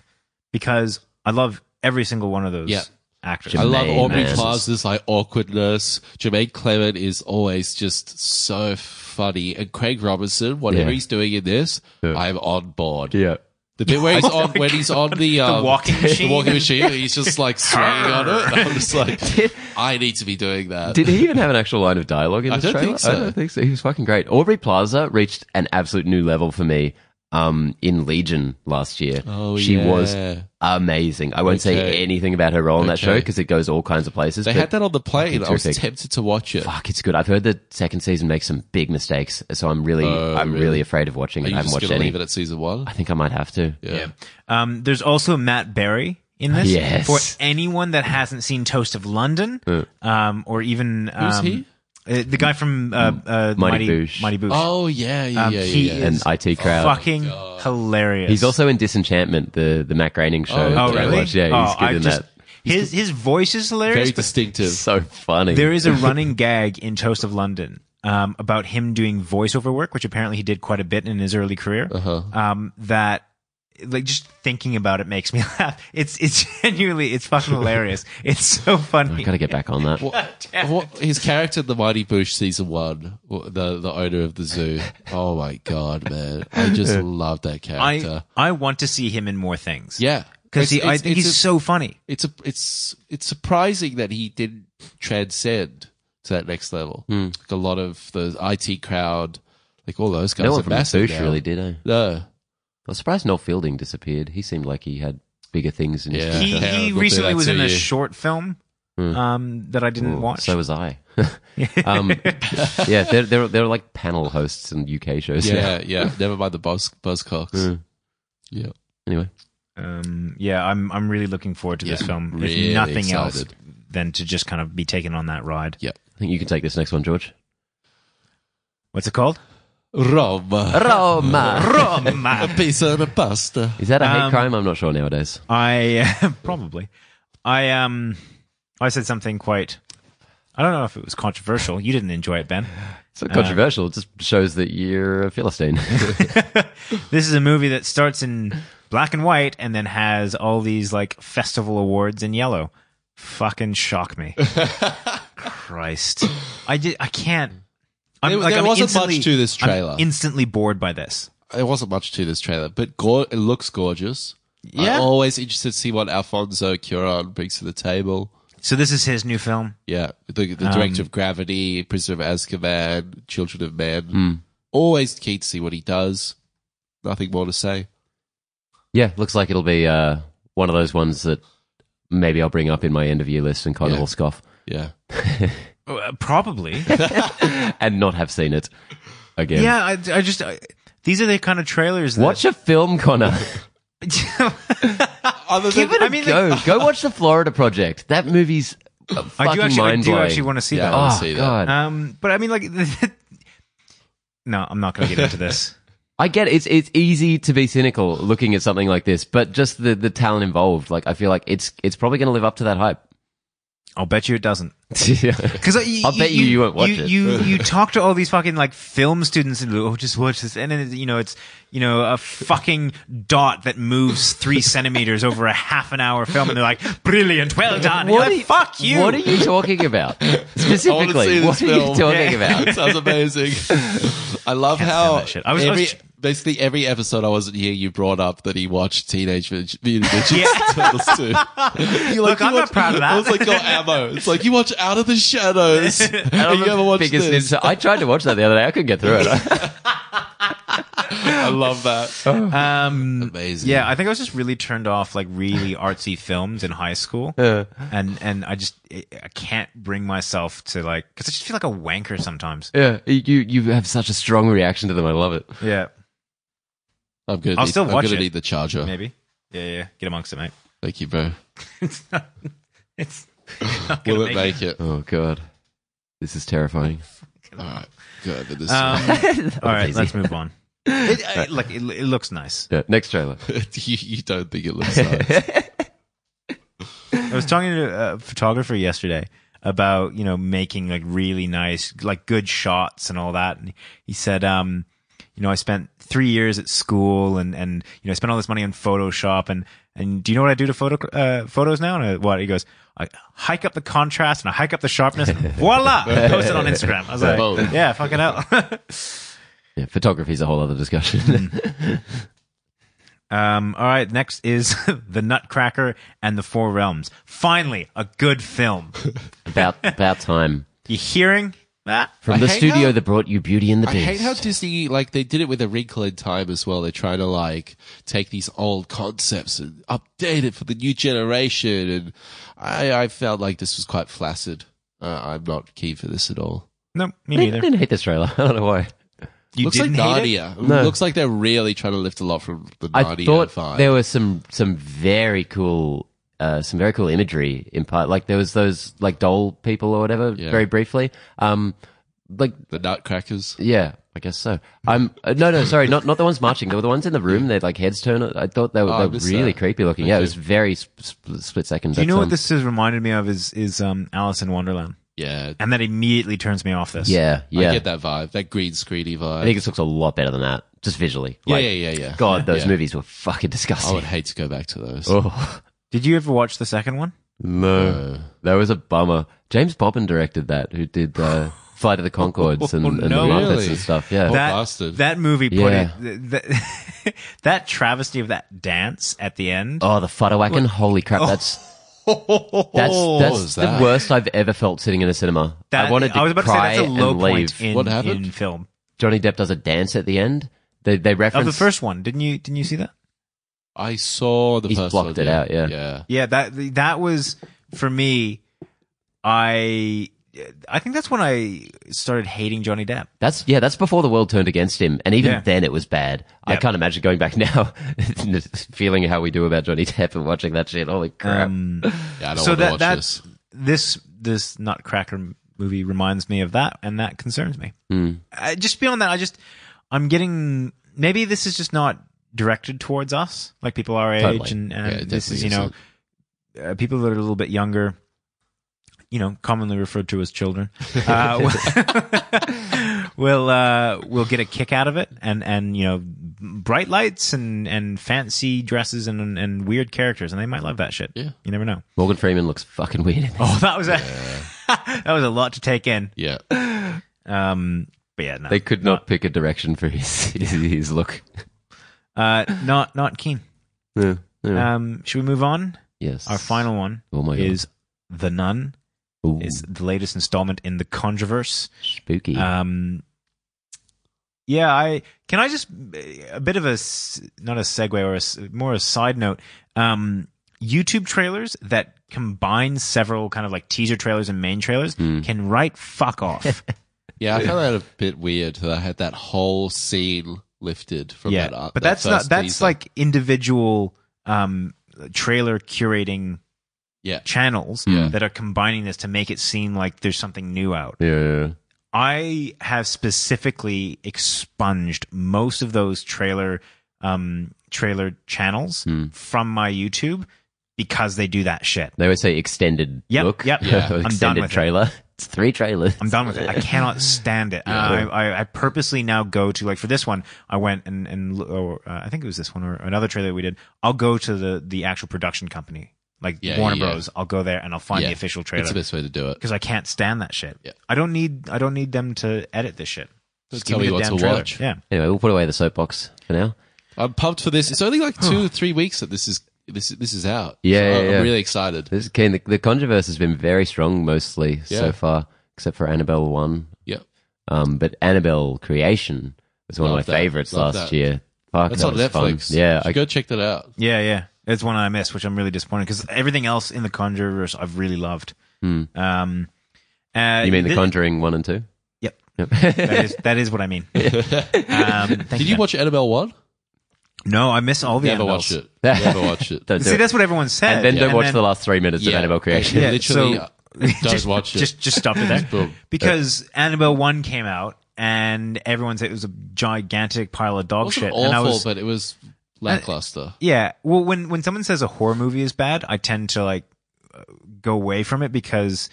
because I love every single one of those Yeah. actors. I love Jermaine Aubrey Mann. Plaza's like awkwardness. Jermaine Clement is always just so funny, and Craig Robinson, whatever Yeah. he's doing in this, I'm on board. Yeah. Oh The bit where he's on when he's on the, um, walking machine. the walking machine, and he's just like swinging on it. I'm just like, I need to be doing that. Did he even have an actual line of dialogue in I this don't trailer? think so. I don't think so. He was fucking great. Aubrey Plaza reached an absolute new level for me um, in Legion last year. Oh, she yeah. was amazing. I won't Okay. say anything about her role in that show Okay. because it goes all kinds of places. they but had that on the plane. I was terrific. tempted to watch it. Fuck, it's good. I've heard the second season makes some big mistakes, so I'm really, I'm really, afraid of watching Oh, Are it. I you haven't just watched gonna any. leave it at season one? I think I might have to. Yeah. Um, there's also Matt Berry in this. Yes. For anyone that hasn't seen Toast of London, um, or even um, Who's he? uh, the guy from uh, uh, Mighty Mighty Boosh. Mighty Boosh. Oh yeah, yeah, Um, yeah, Oh, he yeah. is yeah. And IT crowd. Fucking hilarious. He's also in Disenchantment, the the Matt Groening show. Oh, that Oh I really? watched. Yeah, he's Oh, good I in just- that. His his voice is hilarious. Very but distinctive. So funny. there is a running gag in Toast of London um, about him doing voiceover work, which apparently he did quite a bit in his early career. Uh-huh. Um, that like just thinking about it makes me laugh. It's it's genuinely it's fucking hilarious. It's so I funny. gotta get back on that. What, his character, in the Mighty Bush season one, the the owner of the zoo. Oh my god, man! I just love that I character. I want to see him in more things. yeah, because It's- I it's- think it's he's a- so funny. it's a it's it's surprising that he didn't transcend to that next level. Hmm. Like a lot of the IT crowd, like all those guys No one are from massive. Bush now. really did. eh? I No, was surprised Noel Fielding disappeared. He seemed like he had bigger things in his Yeah. He future. Yeah, we'll he do recently that was to in a you. Hmm. short film um, that I didn't Ooh, watch. So was I. um, yeah, they're, they're they're like panel hosts in UK shows. Hmm. yeah, yeah. Never mind the buzz buzzcocks. Mm. Yeah, Anyway, Um, yeah, I'm I'm really looking forward to this Yeah, film. really if nothing else excited. than to just kind of be taken on that ride. yeah. I think you can take this next one, George. What's it called? Roma, Roma. a Roma. piece of the pasta. Is that a hate Um, crime? I'm not sure nowadays. I uh, probably. I um I said something quite I don't know if it was controversial. You didn't enjoy it, Ben. It's not controversial. Uh, it just shows that you're a philistine. This is a movie that starts in black and white and then has all these like festival awards in yellow. Fucking shock me. Christ. I did I can't I'm, There- like, there I'm wasn't much instantly- to this I'm trailer. instantly bored by this. there wasn't much to this trailer, but go- it looks gorgeous. Yeah. I'm always interested to see what Alfonso Cuarón brings to the table. So this is his new film. Yeah, the, Um, the director of Gravity, Prisoner of Azkaban, Children of Men. Hmm. Always keen to see what he does. Nothing more to say. yeah, looks like it'll be uh, one of those ones that maybe I'll bring up in my end of year list and kind of Yeah. will scoff Yeah, Uh, probably. and not have seen it again. yeah, I, I just I, these are the kind of trailers. That, Watch a film, Connor. other than Give it a I mean, go. go go watch the Florida Project. That movie's uh, fucking I do actually, I mind do blowing. Oh, actually want to see Yeah. that. wanna oh see that. god, Um, but I mean, like, no, I'm not going to get into this. I get it. it's it's easy to be cynical looking at something like this, but just the the talent involved, like I feel like it's it's probably going to live up to that hype. I'll bet you it doesn't. yeah. Because I'll bet you you won't watch you, it. You you talk to all these fucking like film students and oh just watch this and then it's, you know it's you know a fucking dot that moves three centimeters over a half an hour film and they're like brilliant well done what What are you- fuck you What are you talking about see specifically? this What are you film. talking Yeah. about? That sounds amazing. I love Can't how stand that shit. I was- I every, was- basically every episode I wasn't here, you brought up that he watched Teenage Mutant Ninja Turtles too. You Look, I'm not proud of that. I was like, your ammo. It's like you watch Out of the Shadows. Have you ever watched Biggest this? ninja- I tried to watch that the other day. I couldn't get through it. I love that. um Amazing. yeah I think I was just really turned off like really artsy films in high school and and I just I I can't bring myself to like because I just feel like a wanker sometimes yeah, you you have such a strong reaction to them. I love it. yeah I'm gonna. I'll need, still I'm watch gonna it. need the charger. maybe yeah yeah get amongst it mate Thank you, bro. it's not, it's not gonna Will it make it? Oh god, this is terrifying. All right. Good. This Um, all right, easy. let's move on. It, uh, look, it, it looks nice. Yeah, next trailer. one. you, you don't think it looks nice. I was talking to a photographer yesterday about you know making like really nice, like good shots and all that, and he said, um, you know, I spent three years at school and and you know I spent all this money on Photoshop and and do you know what I do to photo uh, photos now? And I, what he goes, I hike up the contrast and I hike up the sharpness. And voila, post it on Instagram. I was like, Boom. yeah, fucking hell. Yeah, photography's a whole other discussion. Hmm. Um, all right, next is The Nutcracker and the Four Realms. Finally, a good film. about about time. You hearing that? From I the hate studio how- that brought you Beauty and the I Beast. hate how Disney like they did it with a wrinkle in time as well. They're trying to like take these old concepts and update it for the new generation. And I, I felt like this was quite flaccid. Uh, I'm not keen for this at all. No, me I neither. didn't hate this trailer. I don't know why. You looks like didn't hate it? Narnia. No. Looks like they're really trying to lift a lot from the I Narnia thought vibe. there was some some very cool uh, some very cool imagery in part. Like there was those like doll people or whatever. Yeah. Very briefly. Um, like the Nutcrackers. yeah, I guess so. I'm uh, no no sorry not not the ones marching. They were the ones in the room. They like heads turn. I thought they were, Oh, I they were missed really that. creepy looking. Thank yeah, you. it was very sp- sp- split second. Do you but, know um, what this has reminded me of is is um, Alice in Wonderland, Yeah, and that immediately turns me off this. Yeah, yeah. I get that vibe. That green screeny vibe. I think this looks a lot better than that, just visually. yeah, Like, yeah, yeah, yeah. God, those Yeah. movies were fucking I disgusting. would hate to go back to those. oh Did you ever watch the second one? no, Uh, that was a bummer. James Bobbin directed that, who did uh, Flight of the Concords and, Oh, and no. the Muppets Really? and stuff. Yeah, That- that bastard. that movie put Yeah. it that, that travesty of that dance at the end. oh the Fuddawuckin! Holy crap, Oh, that's that's what that's was the that? worst I've ever felt sitting in a cinema. That- I wanted to I was about to say cry that's a low and point leave. in, What happened? in film Johnny Depp does a dance at the end. They they of reference Oh, the first one. Didn't you didn't you see that? I saw the He's first blocked one, it out, yeah. yeah. Yeah, that that was for me. I I think that's when I started hating Johnny Depp. That's yeah. That's before the world turned against him, and even Yeah. then it was bad. I Yep. can't imagine going back now, feeling how we do about Johnny Depp and watching that shit. Holy crap! Um, Yeah, I don't so want to that watch that's this. this. this Nutcracker movie reminds me of that, and that concerns me. Hmm. Uh, just beyond that, I just I'm getting maybe this is just not directed towards us, like people our age, Totally. and, Yeah, and it this is definitely you know uh, people that are a little bit younger. You know, commonly referred to as children, uh, will- will uh, will get a kick out of it, and and you know, bright lights and and fancy dresses and and weird characters, and they might love that shit. Yeah. you never know. Morgan Freeman looks fucking weird. in this. Oh, that was a that was a lot to take in. Yeah. Um, but yeah, no, They could not pick a direction for his his, his look. uh, not not keen. Yeah. Um, should we move on? yes. Our final one Oh my God. is the Nun. Ooh, It's the latest installment in the Controverse. spooky. Um, yeah, I can I just a bit of a s- not a segue or a, s- more a side note. Um, YouTube trailers that combine several kind of like teaser trailers and main trailers Hmm. can write fuck off. Yeah, I found that a bit weird that I had that whole scene lifted from that art. But that that's not first that's teaser. like individual um trailer curating yeah. channels Yeah. that are combining this to make it seem like there's something new out. yeah. I have specifically expunged most of those trailer um, trailer channels Hmm. from my YouTube because they do that shit. They always say extended Yep, look. yep. Yeah. I'm done extended with it. trailer. It's three trailers. I'm done with it. I cannot stand it. I, I, I purposely now go to like for this one. I went and and or, uh, I think it was this one or another trailer we did. I'll go to the the actual production company, like Yeah, Warner yeah. Bros. I'll go there and I'll find Yeah. the official It's the trailer best way to do it. because I can't stand that shit. Yeah. I don't need I don't need them to edit this shit. Just tell me the what damn to trailer. watch. Yeah, Anyway, we'll put away the soapbox for now. I'm pumped for this. It's only like two or three weeks that this is this this is out. Yeah, So yeah, I'm yeah. really excited. This is keen. The, the controversy has been very strong mostly Yeah. so far, except for Annabelle 1. Yeah, Um, but Annabelle Creation was one Love of my that. favorites Love last that. year. Fuck, that's that on was fun. Netflix. Yeah, I, go check that out. yeah, yeah. It's one I missed, which I'm really disappointed because everything else in the Conjureverse I've really loved. Hmm. Um, uh, you mean The thi- Conjuring 1 and 2? Yep. Yep. that is that is what I mean. um, thank Did you Ben. watch Annabelle one? No, I miss all the Never Annabelles. watch it. Never watch it. Don't do See, it. that's what everyone said. Uh, And then don't And watch then- the last three minutes of Annabelle Creation. Yeah, Yeah, literally. so- uh, don't watch it. Just just stop it there. Boom. because Annabelle one came out and everyone said it was a gigantic pile of it dog wasn't shit. and I awful, was but it was lackluster. yeah. Well, when when someone says a horror movie is bad, I tend to like uh, go away from it because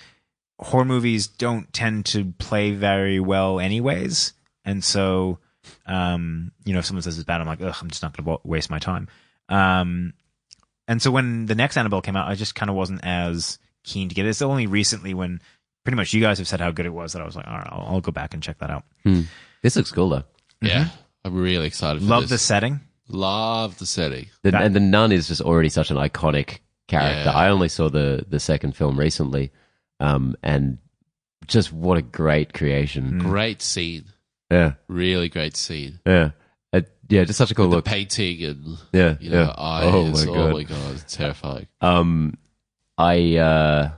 horror movies don't tend to play very well, anyways. And so, um, you know, if someone says it's bad, I'm like, ugh, I'm just not going to wa- waste my time. Um, and so when the next Annabelle came out, I just kind of wasn't as keen to get it. It's only recently when pretty much you guys have said how good it was that I was like, all right, I'll, I'll go back and check that out. This looks cool, though. Yeah, I'm really excited. For Love the this. setting. Love the setting. The, That- and the nun is just already such an iconic character. Yeah. I only saw the the second film recently, um, and just what a great creation. Great scene. Yeah, Really great scene. yeah, Uh, yeah. Just such a cool The look. painting and yeah, you know yeah. eyes. Oh my god. it's terrifying. Um, I uh,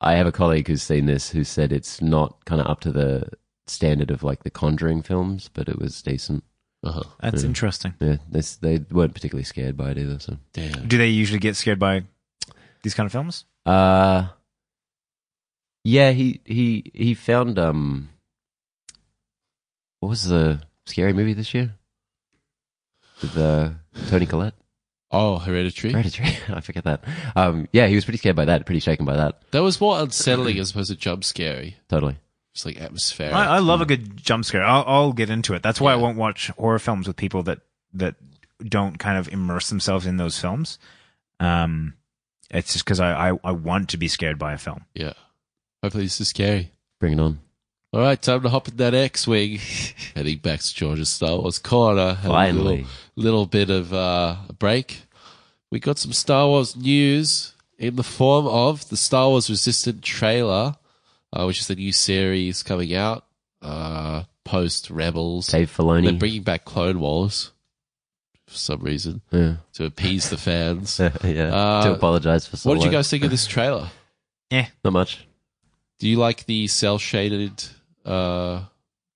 I have a colleague who's seen this who said it's not kind of up to the standard of like the Conjuring films, but it was decent. Uh-huh. That's interesting. Yeah, this, they weren't particularly scared by it either. So. Damn. Do they usually get scared by these kind of films? Uh yeah, he he he found um what was the scary movie this year? With uh Tony Collette? Oh, hereditary. Hereditary. I forget that. Um yeah, he was pretty scared by that, pretty shaken by that. That was more unsettling as opposed to jump scary. Totally. It's like atmospheric. I, I love a good jump scare. I'll, I'll get into it. That's why I won't watch horror films with people that that don't kind of immerse themselves in those films. Um, it's just because I, I I want to be scared by a film. yeah. Hopefully this is scary. Bring it on. All right, time to hop in that X-wing. Heading back to George's Star Wars corner. Had a Finally. little, little bit of uh, a break. We got some Star Wars news in the form of the Star Wars Resistant trailer, uh, which is the new series coming out uh, post Rebels. Dave They're Filoni. bringing back Clone Wars for some reason yeah. to appease the fans. yeah. Uh, to apologize for so what did you long. guys think of this trailer? Not much. Do you like the cell shaded uh,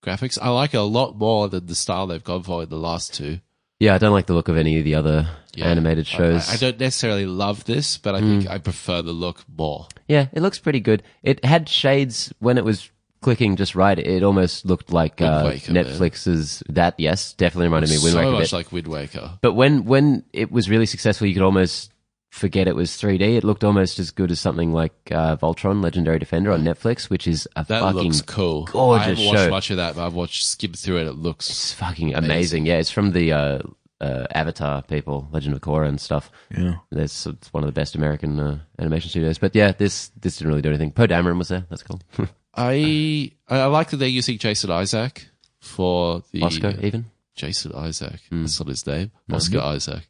graphics? I like it a lot more than the style they've gone for in the last two Yeah, I don't like the look of any of the other Yeah. animated shows. Hmm. I, I don't necessarily love this, but I think I prefer the look more. Yeah, it looks pretty good. It had shades when it was clicking just right. It almost looked like Wind uh, Waker, man. Netflix's that. Yes, definitely reminded me of Wind so Waker. a much bit. like Wind Waker. but when when it was really successful, you could almost forget it was 3D. It looked almost as good as something like uh, Voltron: Legendary Defender on Netflix, which is a That fucking looks cool. gorgeous I haven't watched show. much of that, but I've watched skimmed through it. It looks it's fucking amazing. Yeah, it's from the uh, uh, Avatar people, Legend of Korra and stuff. Yeah. That's it's one of the best American uh, animation studios. But yeah, this this didn't really do anything. Poe Dameron was there. That's cool. I I like that they're using Jason Isaac for the Oscar even. Jason Isaac. Hmm. That's not his name. Mm-hmm. Oscar Isaac.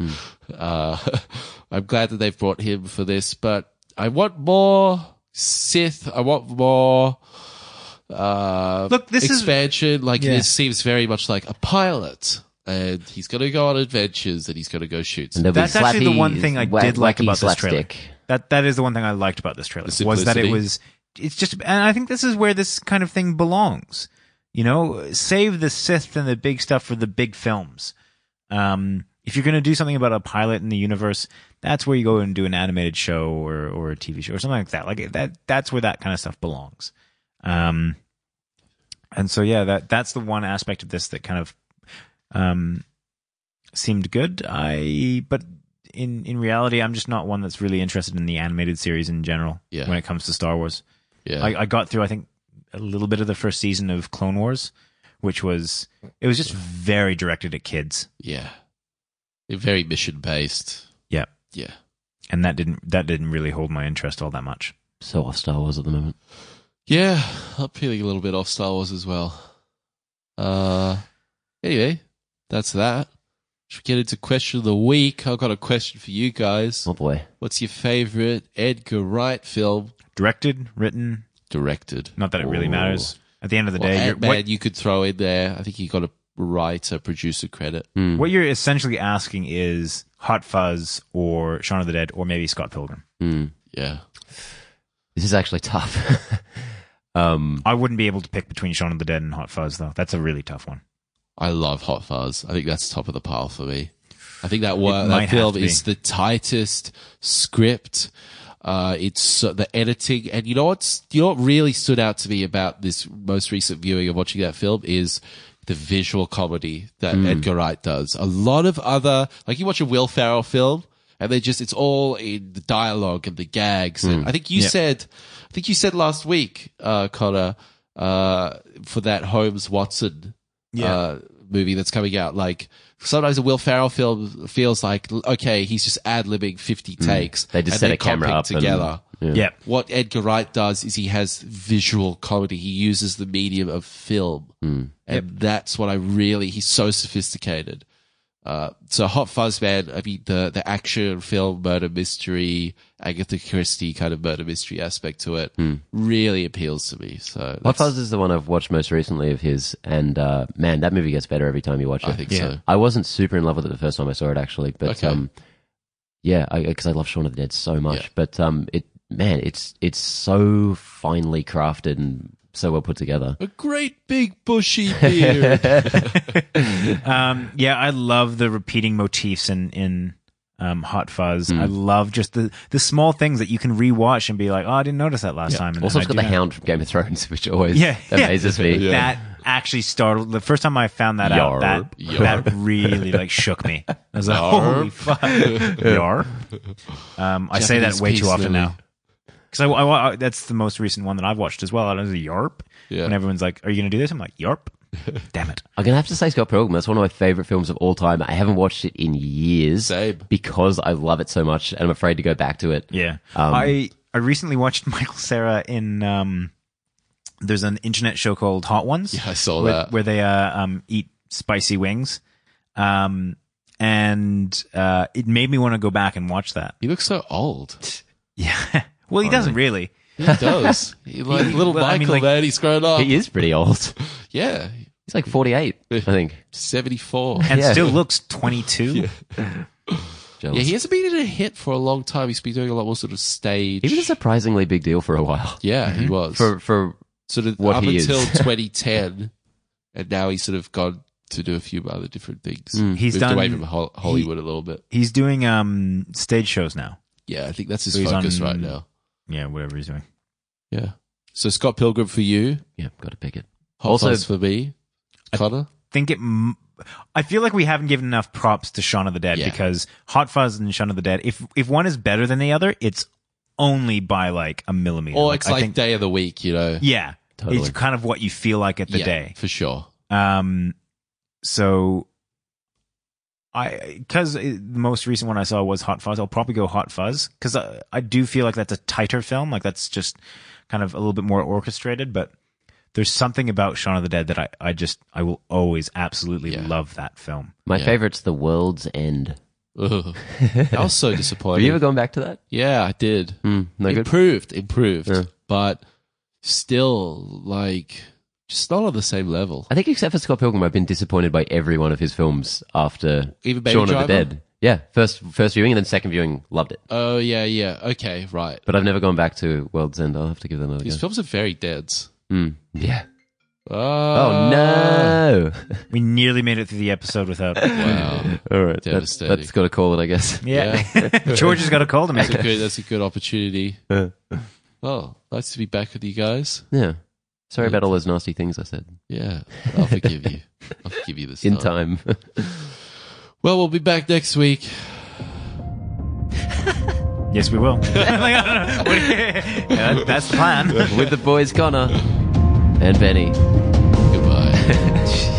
Uh, I'm glad that they've brought him for this, but I want more Sith. I want more. Uh, Look, this is- expansion. Like Yeah. this seems very much like a pilot, and he's going to go on adventures and he's going to go shoot. And there'll be That's actually the one thing I wa- did like wacky about this trailer. slapstick. That that is the one thing I liked about this trailer The was that simplicity. it was it's just and I think this is where this kind of thing belongs. You know, save the Sith and the big stuff for the big films. Um, if you're going to do something about a pilot in the universe, that's where you go and do an animated show or or a TV show or something like that. Like that that's where that kind of stuff belongs. Um, and so yeah, that that's the one aspect of this that kind of um, seemed good. I but in in reality, I'm just not one that's really interested in the animated series in general. Yeah. When it comes to Star Wars, Yeah. I, I got through I think a little bit of the first season of Clone Wars, which was it was just very directed at kids. yeah. They're very mission based. Yeah, Yeah. and that didn't that didn't really hold my interest all that much. So off Star Wars at the moment. Yeah. I'm feeling a little bit off Star Wars as well. Uh, anyway, that's that. Should we get into question of the week? I've got a question for you guys. Oh boy. What's your favorite Edgar Wright film Directed, written, directed? not that it really Ooh. matters. At the end of the Well, day, you're, Ant-Man what, you could throw in there. I think you got a writer, producer credit. Hmm. what you're essentially asking is Hot Fuzz or Shaun of the Dead or maybe Scott Pilgrim. Hmm. Yeah. This is actually tough. um, I wouldn't be able to pick between Shaun of the Dead and Hot Fuzz though. That's a really tough one. I love Hot Fuzz. I think that's top of the pile for me. I think that work, might have that film to be. is the tightest script. Uh, it's so, the editing, and you know what's you know what really stood out to me about this most recent viewing and watching that film is the visual comedy that Hmm. Edgar Wright does. A lot of other, like you watch a Will Ferrell film, and they just it's all in the dialogue and the gags. And I think you Hmm. Yeah. said, I think you said last week, uh, Connor, uh, for that Holmes Watson uh, movie that's coming out. Like sometimes a Will Ferrell film feels like okay, he's just ad libbing fifty takes. Mm. They just and set they a camera can't up pick and- together. yeah. Yeah. What Edgar Wright does is he has visual comedy. He uses the medium of film, Mm. and that's what I really. He's so sophisticated. Uh, so Hot Fuzz Man, I mean the the action film murder mystery, Agatha Christie kind of murder mystery aspect to it really appeals to me. So Hmm. Hot that's- Fuzz is the one I've watched most recently of his, and uh, man, that movie gets better every time you watch it. I think Yeah. so. I wasn't super in love with it the first time I saw it, actually, but Okay. um, yeah, because I, love Shaun of the Dead so much. Yeah. But um, it man, it's it's so finely crafted and so well put together. A great big bushy beard. um, yeah, I love the repeating motifs in in um, Hot Fuzz. Hmm. I love just the the small things that you can rewatch and be like, oh, I didn't notice that last time. And Also, I it's got do the now. hound from Game of Thrones, which always Yeah. amazes me. Yeah. That actually startled the first time I found that Yarp. out. That that really like shook me. I was like, holy Yarp. fuck, Yarp. Um, I say that Japanese way peace too often lily. now. Because I, I- I- that's the most recent one that I've watched as well. I was like, Yarp. Yeah. When everyone's like, "Are you gonna do this?" I'm like, "Yarp." Damn it. I'm gonna have to say Scott Pilgrim. That's one of my favorite films of all time. I haven't watched it in years Same. because I love it so much, and I'm afraid to go back to it. Yeah. Um, I I recently watched Michael Sarah in um there's an internet show called Hot Ones. Yeah, I saw where, that. where they uh, um eat spicy wings. Um and uh it made me want to go back and watch that. He looks so old. Yeah. well, he doesn't really. He does. He, like, little well, I Michael, mean, like- man, he's grown up. He is pretty old. Yeah, He's like 48, I think. 74. And Yeah. still looks 22. Jealous. yeah, he hasn't been in a hit for a long time. He's been doing a lot more sort of stage. He was a surprisingly big deal for a while. yeah, he was. For for sort of what up he is. until 2010. and now he's sort of gone to do a few other different things. Mm. He's Moved done- away from Hol- Hollywood a little bit. He's doing um stage shows now. Yeah, I think that's his He's focus on- right now. Yeah, whatever he's doing. Yeah. So Scott Pilgrim for you. yeah, got to pick it. Hot Also- Fuzz for me. Connor? think it. M- I feel like we haven't given enough props to Shaun of the Dead Yeah. because Hot Fuzz and Shaun of the Dead. If if one is better than the other, it's only by like a millimeter. or it's I like think- day of the week, you know? yeah, Totally. it's kind of what you feel like at the Yeah, day. For sure. Um, so I because the most recent one I saw was Hot Fuzz. I'll probably go Hot Fuzz because I, I do feel like that's a tighter film. Like that's just kind of a little bit more orchestrated, but. There's something about Shaun of the Dead that I, I just I will always absolutely Yeah. love that film. My Yeah. favorite's The World's End. Ugh. I was so Have disappointed. you ever gone back to that? yeah, I did. Mm, no good. improved, improved, Yeah. but still like just not on the same level. I think except for Scott Pilgrim, I've been disappointed by every one of his films after Even Baby Shaun of Driver? the Dead. Yeah, first first viewing and then second viewing, loved it. Oh yeah, yeah. Okay, right. But I've never gone back to World's End. I'll have to give them another These go. films are very dense. Mm, yeah. Oh, Oh no! We nearly made it through the episode without. Oh, Wow. Ah. All right, that's, Devastating. that's got to call it, I guess. Yeah. George has got a call to That's make. a good that's a good opportunity. well, nice to be back with you guys. Yeah. Sorry about all those nasty things I said. Yeah, I'll forgive you. I'll forgive you this In time. time. Well, we'll be back next week. Yes, we will. Like, I don't know. What- Yeah, that's the plan. With the boys, Connor and Benny. Goodbye.